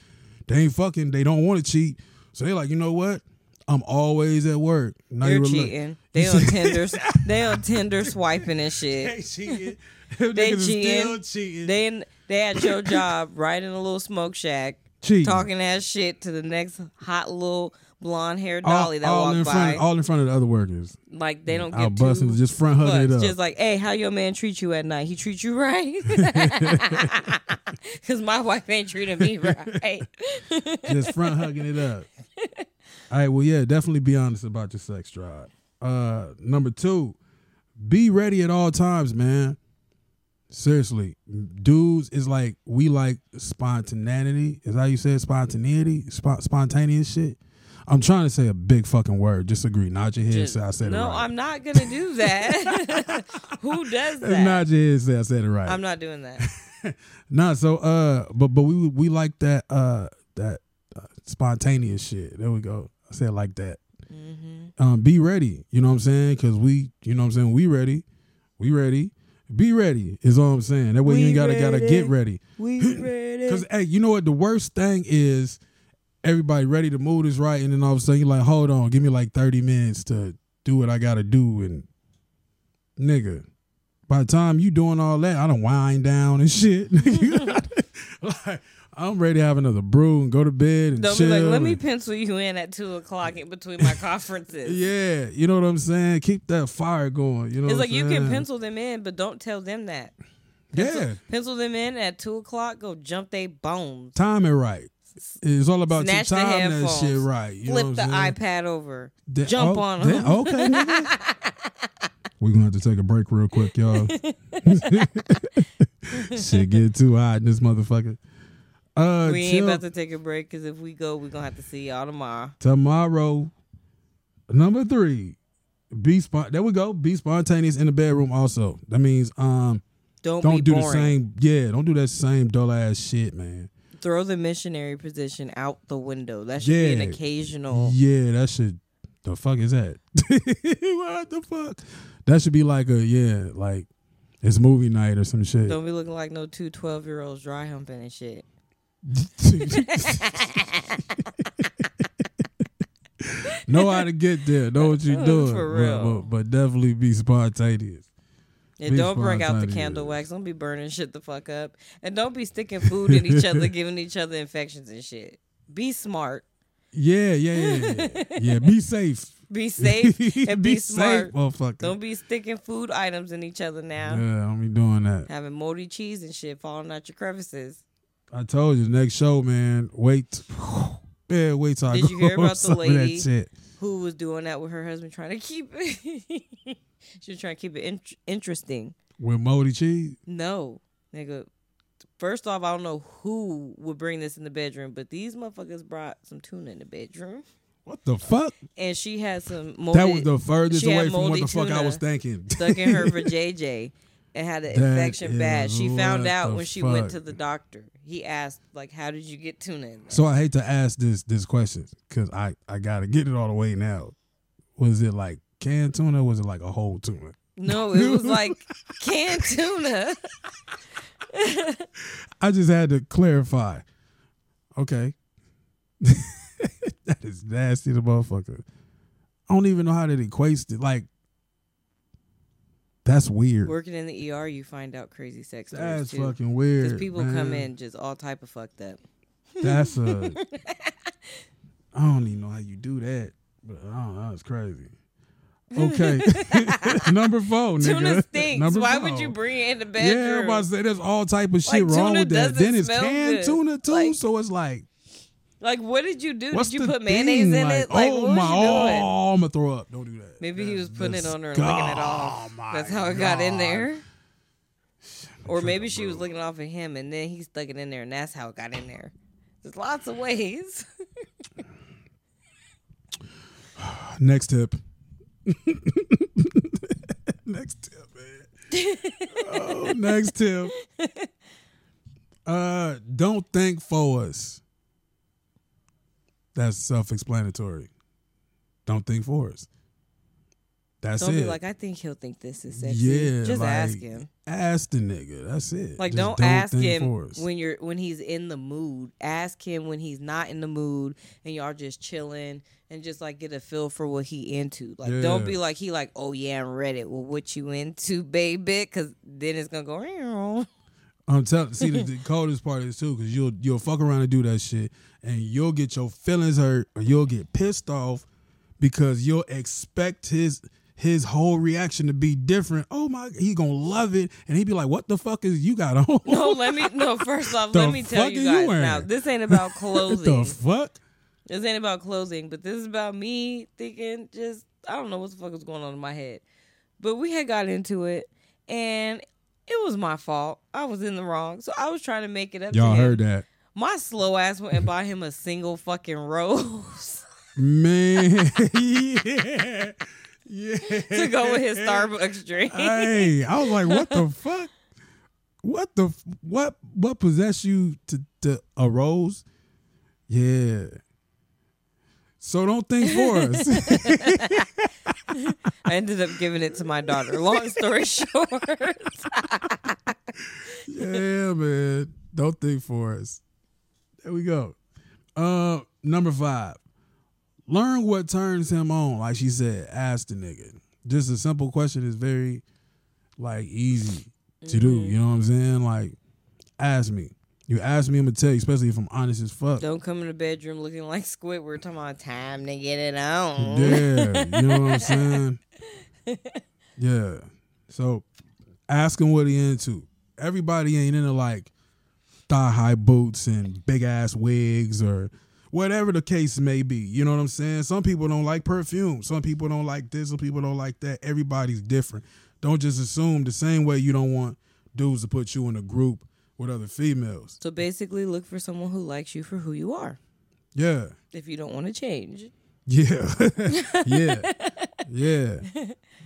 S1: They ain't fucking. They don't want to cheat, so they like, you know what? I'm always at work. Now
S2: They're
S1: you rela-
S2: cheating. They on Tinder. They on Tinder swiping and shit.
S1: They cheating. Them niggas
S2: They
S1: is
S2: cheating.
S1: Still cheating.
S2: They in, they at your job, right in a little smoke shack,
S1: Cheating.
S2: talking that shit to the next hot little blonde haired
S1: all,
S2: dolly that
S1: all
S2: walked
S1: in
S2: by.
S1: front, all in front of the other workers.
S2: like they don't
S1: I'll
S2: get
S1: bust
S2: too
S1: and just front hugging it
S2: fussed.
S1: up.
S2: Just like, hey, how your man treat you at night? He treat you right? Because my wife ain't treating me right.
S1: just front hugging it up. All right, well, yeah, definitely be honest about your sex drive. Uh, number two, be ready at all times, man. Seriously, dudes is like we like spontaneity. Is that how you say it? spontaneity, Spo- spontaneous shit. I'm trying to say a big fucking word. Disagree. Nod your head.
S2: Just-
S1: say I said
S2: no,
S1: it right.
S2: I'm not gonna do that. Who does that?
S1: Nod your head. Say I said it right.
S2: I'm not doing that.
S1: Nah, so uh, but but we we like that uh that uh, spontaneous shit. There we go. I said it like that.
S2: Mm-hmm.
S1: Um, be ready. You know what I'm saying? Cause we, you know what I'm saying. We ready. We ready. Be ready is all I'm saying. That way you
S2: We
S1: ain't gotta gotta get
S2: ready.
S1: ready.
S2: We ready.
S1: Cause hey, you know what? The worst thing is everybody ready. The mood is right, and then all of a sudden you're like, hold on, give me like 30 minutes to do what I gotta do, and nigga. By the time you doing all that, I don't wind down and shit. like, I'm ready to have another brew and go to bed and
S2: They'll be
S1: chill.
S2: like, let me
S1: and-
S2: pencil you in at two o'clock in between my conferences.
S1: yeah, you know what I'm saying. Keep that fire going. You know,
S2: It's
S1: what
S2: like
S1: I'm
S2: you
S1: saying?
S2: can pencil them in, but don't tell them that.
S1: Yeah,
S2: Pencil them in at two o'clock. Go jump they bones.
S1: time it right. It's all about
S2: Snatch the
S1: your time that
S2: headphones.
S1: shit right. You know
S2: Flip
S1: what
S2: the
S1: I'm saying?
S2: iPad over.
S1: Da-
S2: Jump
S1: oh,
S2: on
S1: da-
S2: them.
S1: okay, nigga. We're gonna have to take a break real quick, y'all. Shit get too hot in this motherfucker. Uh
S2: we ain't
S1: chill.
S2: about to take a break because if we go, we're gonna have to see y'all tomorrow.
S1: tomorrow. Number three. Be spon- there we go. Be spontaneous in the bedroom also. That means um
S2: Don't,
S1: don't
S2: be
S1: do
S2: boring.
S1: the same yeah, don't do that same dull ass shit, man.
S2: Throw the missionary position out the window. That should be
S1: Yeah.
S2: an occasional.
S1: Yeah, that should. The fuck is that? what the fuck? That should be like a yeah, like it's movie night or some shit.
S2: Don't be looking like no two 12 year olds dry humping and shit.
S1: know how to get there. Know what you're doing.
S2: For
S1: but-
S2: real.
S1: But, but definitely be spontaneous.
S2: And
S1: Be
S2: don't bring out the
S1: spontaneous.
S2: candle wax. Don't be burning shit the fuck up. And don't be sticking food in each other, giving each other infections and shit. Be smart.
S1: Yeah, yeah, yeah, yeah, yeah. yeah. Be safe.
S2: Be safe and be, smart.
S1: safe, motherfucker.
S2: Don't be sticking food items in each other now.
S1: yeah, I don't be doing that.
S2: Having moldy cheese and shit falling out your crevices.
S1: I told you next show, man. Wait, man, wait till I
S2: Did you
S1: go
S2: hear about the
S1: some of that
S2: lady?
S1: shit.
S2: Who was doing that with her husband, trying to keep it? she was trying to keep it in- interesting.
S1: with moldy cheese?
S2: No, nigga. First off, I don't know who would bring this in the bedroom, but these motherfuckers brought some tuna in the bedroom,
S1: What the fuck?
S2: and she had some
S1: That
S2: molded,
S1: was the furthest
S2: she had
S1: away from what
S2: moldy
S1: the fuck I
S2: tuna
S1: was thinking.
S2: stuck in her for JJ and had an
S1: That
S2: infection bad.
S1: is
S2: She found
S1: what
S2: out
S1: the
S2: when she went
S1: fuck.
S2: to the doctor. He asked, like, "How did you get tuna?" In there?
S1: so I hate to ask this this question because I I gotta get it all the way now. Was it like canned tuna? Or was it like a whole tuna?
S2: No, it was like canned tuna.
S1: I just had to clarify. Okay, that is nasty, the motherfucker. I don't even know how that equates to like. That's weird.
S2: Working in the ER, you find out crazy sex stories
S1: That's
S2: too.
S1: fucking weird.
S2: Because people come
S1: man.
S2: in just all type of fucked up.
S1: That's a. I don't even know how you do that, but I don't know. It's crazy. Okay, number four, nigga.
S2: Tuna stinks.
S1: Number
S2: Why
S1: four.
S2: would you bring it in the
S1: Yeah,
S2: bedroom?
S1: everybody say there's all type of shit
S2: Like,
S1: wrong
S2: tuna
S1: with that.
S2: doesn't
S1: Then it's
S2: smell
S1: canned
S2: good.
S1: tuna too,
S2: Like-
S1: so it's like,
S2: Like, what did you do?
S1: what's
S2: did you
S1: the
S2: put mayonnaise
S1: thing?
S2: in
S1: Like,
S2: it? Like,
S1: oh
S2: what was
S1: my,
S2: you doing?
S1: oh, I'm gonna throw up. Don't do that.
S2: Maybe he was
S1: That's
S2: putting it on her and licking it off.
S1: disgust- Oh, my
S2: That's how it got in
S1: God.
S2: there. Or maybe she was
S1: Bro.
S2: licking off at him and then he stuck it in there and that's how it got in there. There's lots of ways.
S1: Next tip. next tip, man. oh, next tip. Uh, don't think for us. That's self-explanatory. Don't think for us. That's
S2: Don't
S1: it.
S2: be like, I think he'll think this is sexy.
S1: Yeah,
S2: just
S1: like,
S2: ask him.
S1: ask the nigga. That's it.
S2: Like,
S1: Just
S2: don't, ask
S1: think
S2: him
S1: for us.
S2: when you're when he's in the mood. Ask him when he's not in the mood, and y'all just chilling and just like get a feel for what he into. Like, don't
S1: Yeah.
S2: be like he like, oh yeah, I'm ready. Well, what you into, baby? Because then it's gonna go. "Meow."
S1: I'm telling. See, the, the coldest part is too, because you'll you'll fuck around and do that shit, and you'll get your feelings hurt, or you'll get pissed off because you'll expect his his whole reaction to be different. Oh my, he gonna love it, and he'd be like, "What the fuck is you got on?
S2: No, let me no. First off,
S1: The
S2: let me tell
S1: fuck
S2: you
S1: are you
S2: guys
S1: wearing?
S2: now. This ain't about
S1: what
S2: clothing.
S1: the fuck?"
S2: This ain't about closing, but this is about me thinking just I don't know what the fuck was going on in my head. But we had got into it and it was my fault. I was in the wrong. So I was trying to make it up
S1: Y'all
S2: to him.
S1: heard that,
S2: My slow ass went and bought him a single fucking rose
S1: man? yeah, yeah.
S2: to go with his Starbucks drink.
S1: hey, I was like, what the fuck? What the f- what what possessed you to to a rose? Yeah. So don't think for us.
S2: I ended up giving it to my daughter. Long story short.
S1: yeah, man. Don't think for us. There we go. Uh, number five. Learn what turns him on. Like she said, ask the nigga. Just a simple question is very like easy to do. You know what I'm saying? Like, ask me. You ask me, I'm gonna tell you, especially if I'm honest as fuck.
S2: Don't come in the bedroom looking like Squidward talking about time to get it on.
S1: Yeah, you know what I'm saying? Yeah. So ask him what he into. Everybody ain't into like thigh high boots and big ass wigs or whatever the case may be. You know what I'm saying? Some people don't like perfume. Some people don't like this. Some people don't like that. Everybody's different. Don't just assume the same way you don't want dudes to put you in a group with other females.
S2: So basically look for someone who likes you for who you are.
S1: Yeah.
S2: if you don't want to change.
S1: Yeah. yeah. Yeah.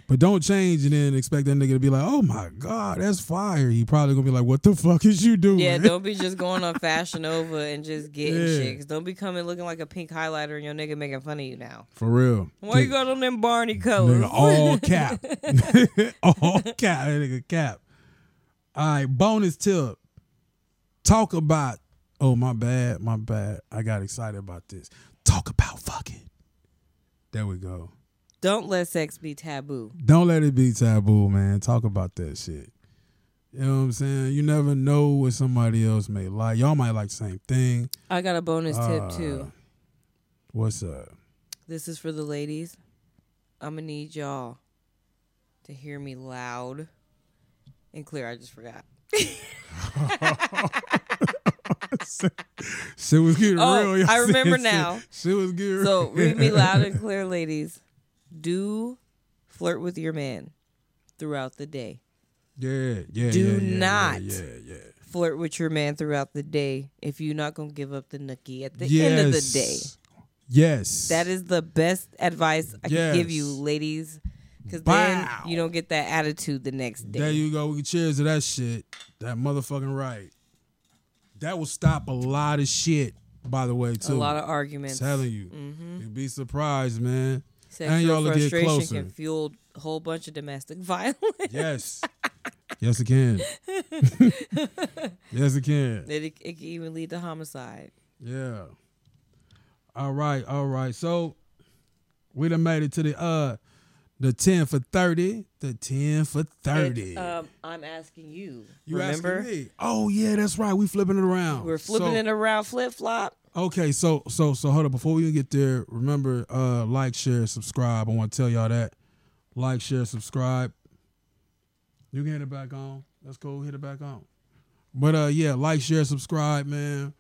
S1: But don't change and then expect that nigga to be like, oh my God, that's fire. He probably gonna be like, what the fuck is you doing?
S2: Yeah, don't be just going on Fashion Nova and just getting
S1: Yeah.
S2: chicks. Don't be coming looking like a pink highlighter and your nigga making fun of you now.
S1: For real.
S2: Why you
S1: Nigga-
S2: got on them Barney colors?
S1: Nigga, all cap. all cap. That nigga cap. All right, bonus tip. Talk about, oh, my bad, my bad. I got excited about this. Talk about fucking. There we go.
S2: Don't let sex be taboo.
S1: Don't let it be taboo, man. Talk about that shit. You know what I'm saying? You never know what somebody else may like. Y'all might like the same thing.
S2: I got a bonus
S1: Ah.
S2: tip too.
S1: What's up?
S2: This is for the ladies. I'm gonna need y'all to hear me loud and clear. I just forgot.
S1: Shit was getting
S2: Oh,
S1: real. y'all
S2: I remember
S1: said
S2: now.
S1: Shit, shit was getting
S2: So
S1: real.
S2: read me loud and clear, ladies. Do flirt with your man throughout the day.
S1: Yeah, yeah.
S2: Do
S1: yeah, yeah, yeah,
S2: not.
S1: Yeah, yeah.
S2: flirt with your man throughout the day if you're not gonna give up the nookie at the
S1: yes.
S2: end of the day.
S1: Yes.
S2: That is the best advice I can give you,
S1: Yes.
S2: ladies, because
S1: Bow.
S2: then you don't get that attitude the next day.
S1: There you go. We can cheers to that shit. That motherfucking right. That will stop a lot of shit, by the way,
S2: a
S1: too.
S2: lot of arguments.
S1: telling you. You'd be surprised, man. and y'all will
S2: Sexual
S1: get
S2: frustration
S1: closer.
S2: can fuel a whole bunch of domestic violence.
S1: Yes. yes, it can. yes, it can.
S2: it, it can even lead to homicide.
S1: Yeah. All right. All right. So we done made it to the uh the 10 for 30. The 10 for 30.
S2: Um, I'm asking you.
S1: you asking
S2: remember?
S1: me. Oh yeah, that's right. We flipping it around.
S2: We're flipping
S1: So-
S2: it around flip flop.
S1: Okay, so so so hold up. Before we even get there, remember uh like, share, subscribe. I want to tell y'all that. Like, share, subscribe. You can hit it back on. That's cool. Hit it back on. But uh yeah, like, share, subscribe, man.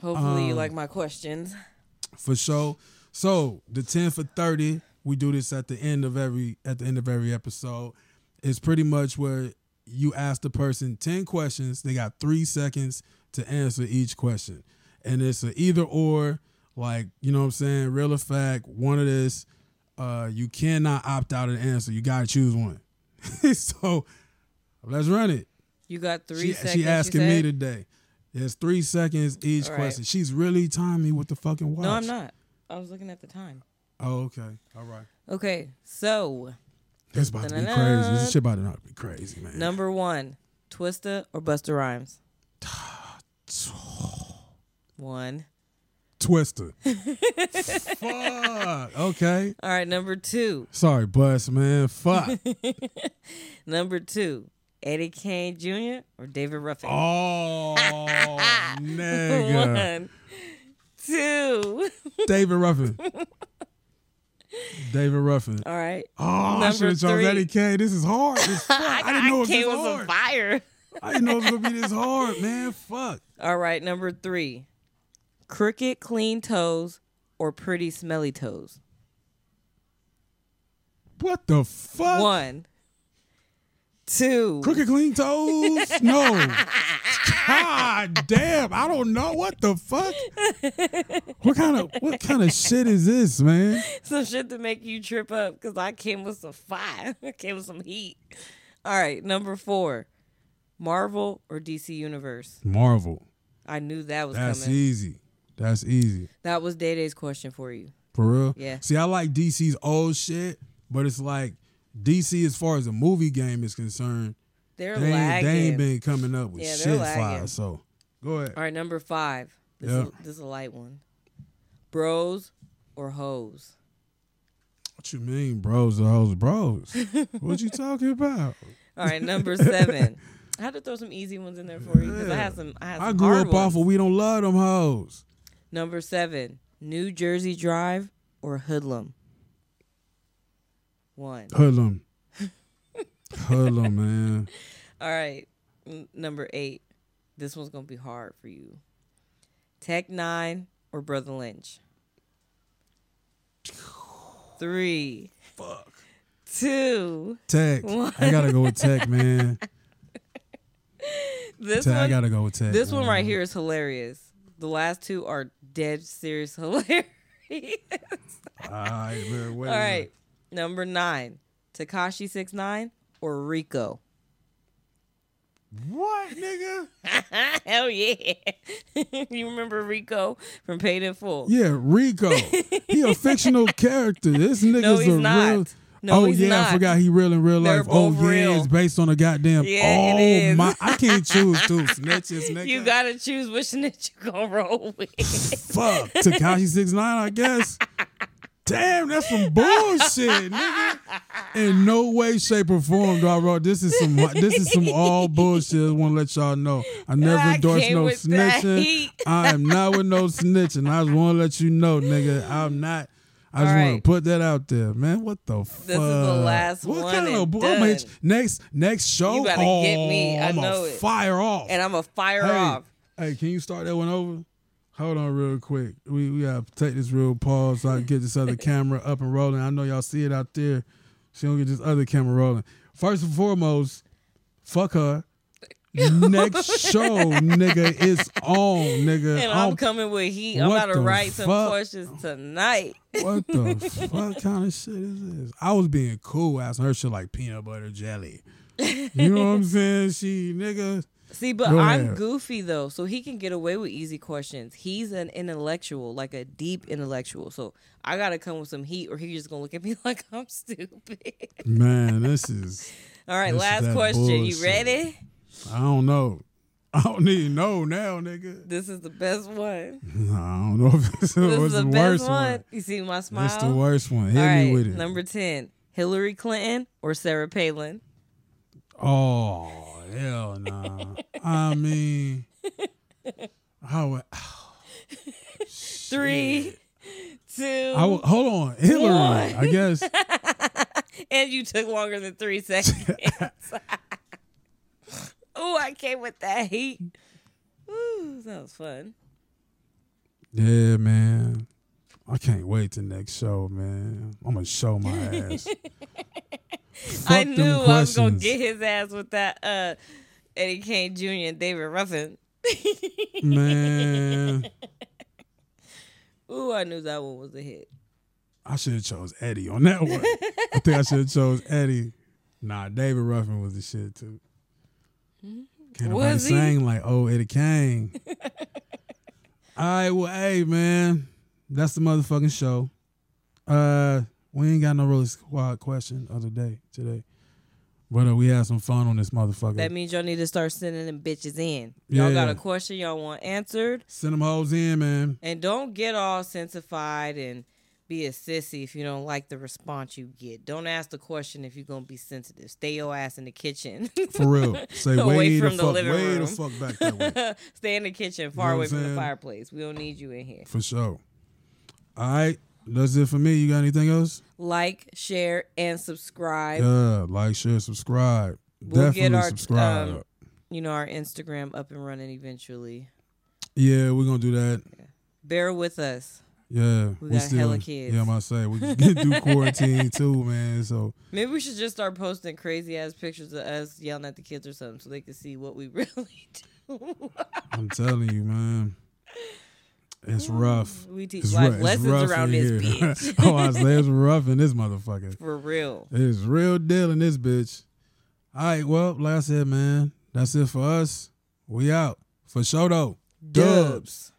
S2: Hopefully you
S1: Um,
S2: like my questions.
S1: For sure. So the ten for thirty, we do this at the end of every at the end of every episode. It's pretty much where you ask the person ten questions. They got three seconds to answer each question, and it's a either or. Like you know what I'm saying, real or fact. One of this, uh, you cannot opt out of the answer. You gotta choose one. so let's run it.
S2: You got three
S1: She,
S2: seconds.
S1: she
S2: you
S1: asking
S2: said?
S1: me today. It's three seconds each
S2: All right.
S1: question. She's really timing me with the fucking watch.
S2: No, I'm not. I was looking at the time.
S1: Oh, okay. All right.
S2: Okay, so
S1: That's about to be
S2: Da-da-da.
S1: crazy. This shit about to not be crazy, man.
S2: number one, Twista or Busta Rhymes? One.
S1: Twister. Fuck. Okay.
S2: All right, number two.
S1: Sorry, bus man. Fuck.
S2: Number two, Eddie Kane Jr. or David Ruffin?
S1: Oh, nigga.
S2: One, two.
S1: David Ruffin. David Ruffin.
S2: All right.
S1: Oh, I
S2: Number
S1: should have chose
S2: three.
S1: Eddie K. This is hard. as fuck. I, didn't know it was
S2: Kane
S1: this
S2: was on
S1: hard.
S2: fire.
S1: I didn't know it was gonna be this hard, man. Fuck.
S2: All right, number three, crooked clean toes or pretty smelly toes?
S1: What the fuck?
S2: One, two.
S1: Crooked clean toes? No. God damn. I don't know. What the fuck? What kind of what kind of shit is this, man?
S2: some shit to make you trip up because I came with some fire. I came with some heat. All right, number four, Marvel or DC Universe?
S1: Marvel.
S2: I knew that was
S1: That's
S2: coming.
S1: easy. That's easy.
S2: That was Day Day's question for you.
S1: For real?
S2: Yeah.
S1: See, I like DC's old shit, but it's like DC as far as the movie game is concerned,
S2: They're
S1: they ain't,
S2: lagging.
S1: they ain't been coming up with
S2: Yeah, they're
S1: shit fire.
S2: lagging.
S1: So go ahead.
S2: All right, number five. This,
S1: Yeah.
S2: is, this is a light one. Bros or hoes?
S1: What you mean, bros or hoes? Bros. what you talking about?
S2: All right, number seven. I had to throw some easy ones in there for you because I had some. I, had some
S1: I grew
S2: hard
S1: up off
S2: ones.
S1: of we don't love them hoes.
S2: Number seven, New Jersey Drive or Hoodlum? One.
S1: Hoodlum. Hoodlum, man.
S2: All right. N- number eight. This one's going to be hard for you. Tech Nine or Brother Lynch? Three. Fuck. Two.
S1: Tech. I gotta go with Tech, man.
S2: This
S1: Tech, I
S2: one,
S1: gotta go with Tech.
S2: this one
S1: man.
S2: right here is hilarious. The last two are dead serious hilarious.
S1: All right, man. Wait
S2: All right. Number nine. Takashi Six Nine or Rico?
S1: What, nigga?
S2: Hell yeah. you remember Rico from Paid in Full?
S1: Yeah, Rico. He a fictional character. This nigga's
S2: No, he's
S1: a
S2: not.
S1: real.
S2: No,
S1: oh
S2: he's
S1: yeah,
S2: not.
S1: I forgot he real in real
S2: They're
S1: life. Oh
S2: both
S1: yeah,
S2: real.
S1: it's based on a goddamn.
S2: Yeah,
S1: oh
S2: it is.
S1: my, I can't choose two snitches, nigga.
S2: You gotta choose which niche you gonna roll with.
S1: fuck Takashi Six Nine, I guess. Damn, that's some bullshit, nigga. In no way, shape, or form, do I wrote this is some this is some all bullshit. I want to let y'all know. I never
S2: I
S1: endorse
S2: came
S1: no
S2: with that
S1: snitching.
S2: heat.
S1: I am not with no snitching. I just want to let you know, nigga. I'm not. I just
S2: All
S1: want to
S2: right.
S1: put that out there, man. What the fuck?
S2: the last
S1: what
S2: one
S1: Kind of
S2: and
S1: bu- I'ma hit
S2: done.
S1: you- next next show.
S2: You gotta
S1: oh,
S2: get me. I
S1: I'ma
S2: know it.
S1: Fire off.
S2: and I'm gonna fire
S1: Hey,
S2: off.
S1: Hey, can you start that one over? Hold on real quick. We we gotta take this real pause so I can get this other camera up and rolling. I know y'all see it out there. She don't get this other camera rolling. First and foremost, fuck her. Next show, nigga, it's on, nigga.
S2: And I'm
S1: On-
S2: coming with heat. I'm
S1: Oh, what
S2: about to
S1: the
S2: write some
S1: fuck?
S2: questions tonight.
S1: What the fuck kind of shit is this? I was being cool asking her shit like peanut butter jelly. You know what I'm saying? She nigga.
S2: See, but
S1: Go
S2: I'm
S1: ahead.
S2: goofy though, so he can get away with easy questions. He's an intellectual, like a deep intellectual. So I gotta come with some heat, or he's just gonna look at me like I'm stupid.
S1: Man, this is
S2: All right,
S1: This is
S2: last
S1: that
S2: question.
S1: bullshit.
S2: You ready?
S1: I don't know. I don't even know now, nigga.
S2: This is the best one.
S1: Nah, I don't know if it's,
S2: This
S1: what's
S2: is the,
S1: the,
S2: best
S1: worst
S2: one.
S1: one.
S2: You see my smile?
S1: That's the worst one. Hit
S2: All right,
S1: me with it.
S2: number ten: Hillary Clinton or Sarah Palin.
S1: oh hell nah. I mean, I would.
S2: Three, two,
S1: I would hold on, Hillary.
S2: One.
S1: I guess.
S2: and you took longer than three seconds. oh, I came with that heat. Ooh, that was fun.
S1: Yeah, man. I can't wait to next show, man. I'm gonna show my ass. Fuck
S2: I
S1: them
S2: knew I was gonna
S1: questions.
S2: get his ass with that uh, Eddie Kane Jr. and David Ruffin.
S1: man.
S2: Ooh, I knew that one was a hit.
S1: I should have chose Eddie on that one. I think I should have chose Eddie. Nah, David Ruffin was the shit too. Can't nobody
S2: Was he?
S1: sing like oh Eddie Kane. All right, well, hey man, that's the motherfucking show. Uh, we ain't got no really squad question of the day today, but uh, we had some fun on this motherfucker.
S2: That means y'all need to start sending them bitches in. Y'all got
S1: Yeah.
S2: a question y'all want answered,
S1: Send them hoes in, man.
S2: and don't get all sensified and be a sissy if you don't like the response you get. Don't ask the question if you're gonna be sensitive. Stay your ass in the kitchen.
S1: For real. Say
S2: Away
S1: way the
S2: from the
S1: fuck,
S2: living
S1: way the
S2: room.
S1: fuck back that way.
S2: Stay in the kitchen,
S1: know
S2: far
S1: what
S2: away
S1: I'm
S2: from
S1: saying?
S2: the fireplace. We don't need you in here.
S1: For sure. All right, that's it for me. You got anything else?
S2: Like, share, and subscribe.
S1: Yeah, like, share, subscribe.
S2: We'll get
S1: Definitely
S2: our,
S1: subscribe.
S2: um, You know our Instagram up and running eventually.
S1: yeah, we're gonna do that.
S2: Bear with us.
S1: Yeah,
S2: We got hella kids.
S1: Yeah, I'm about to say we can do quarantine too, man. So
S2: Maybe we should just start posting crazy ass pictures of us yelling at the kids or something so they can see what we really do.
S1: I'm telling you, man, it's rough.
S2: we teach
S1: It's,
S2: life
S1: rough. it's
S2: lessons
S1: rough
S2: around
S1: in
S2: this
S1: here.
S2: bitch.
S1: oh, I say it's rough in this motherfucker.
S2: For real.
S1: It's real deal in this bitch. All right, well, like I said, man, that's it for us. We out for sure though. Dubs.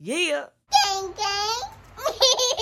S2: Yeah.
S4: Gang, gang.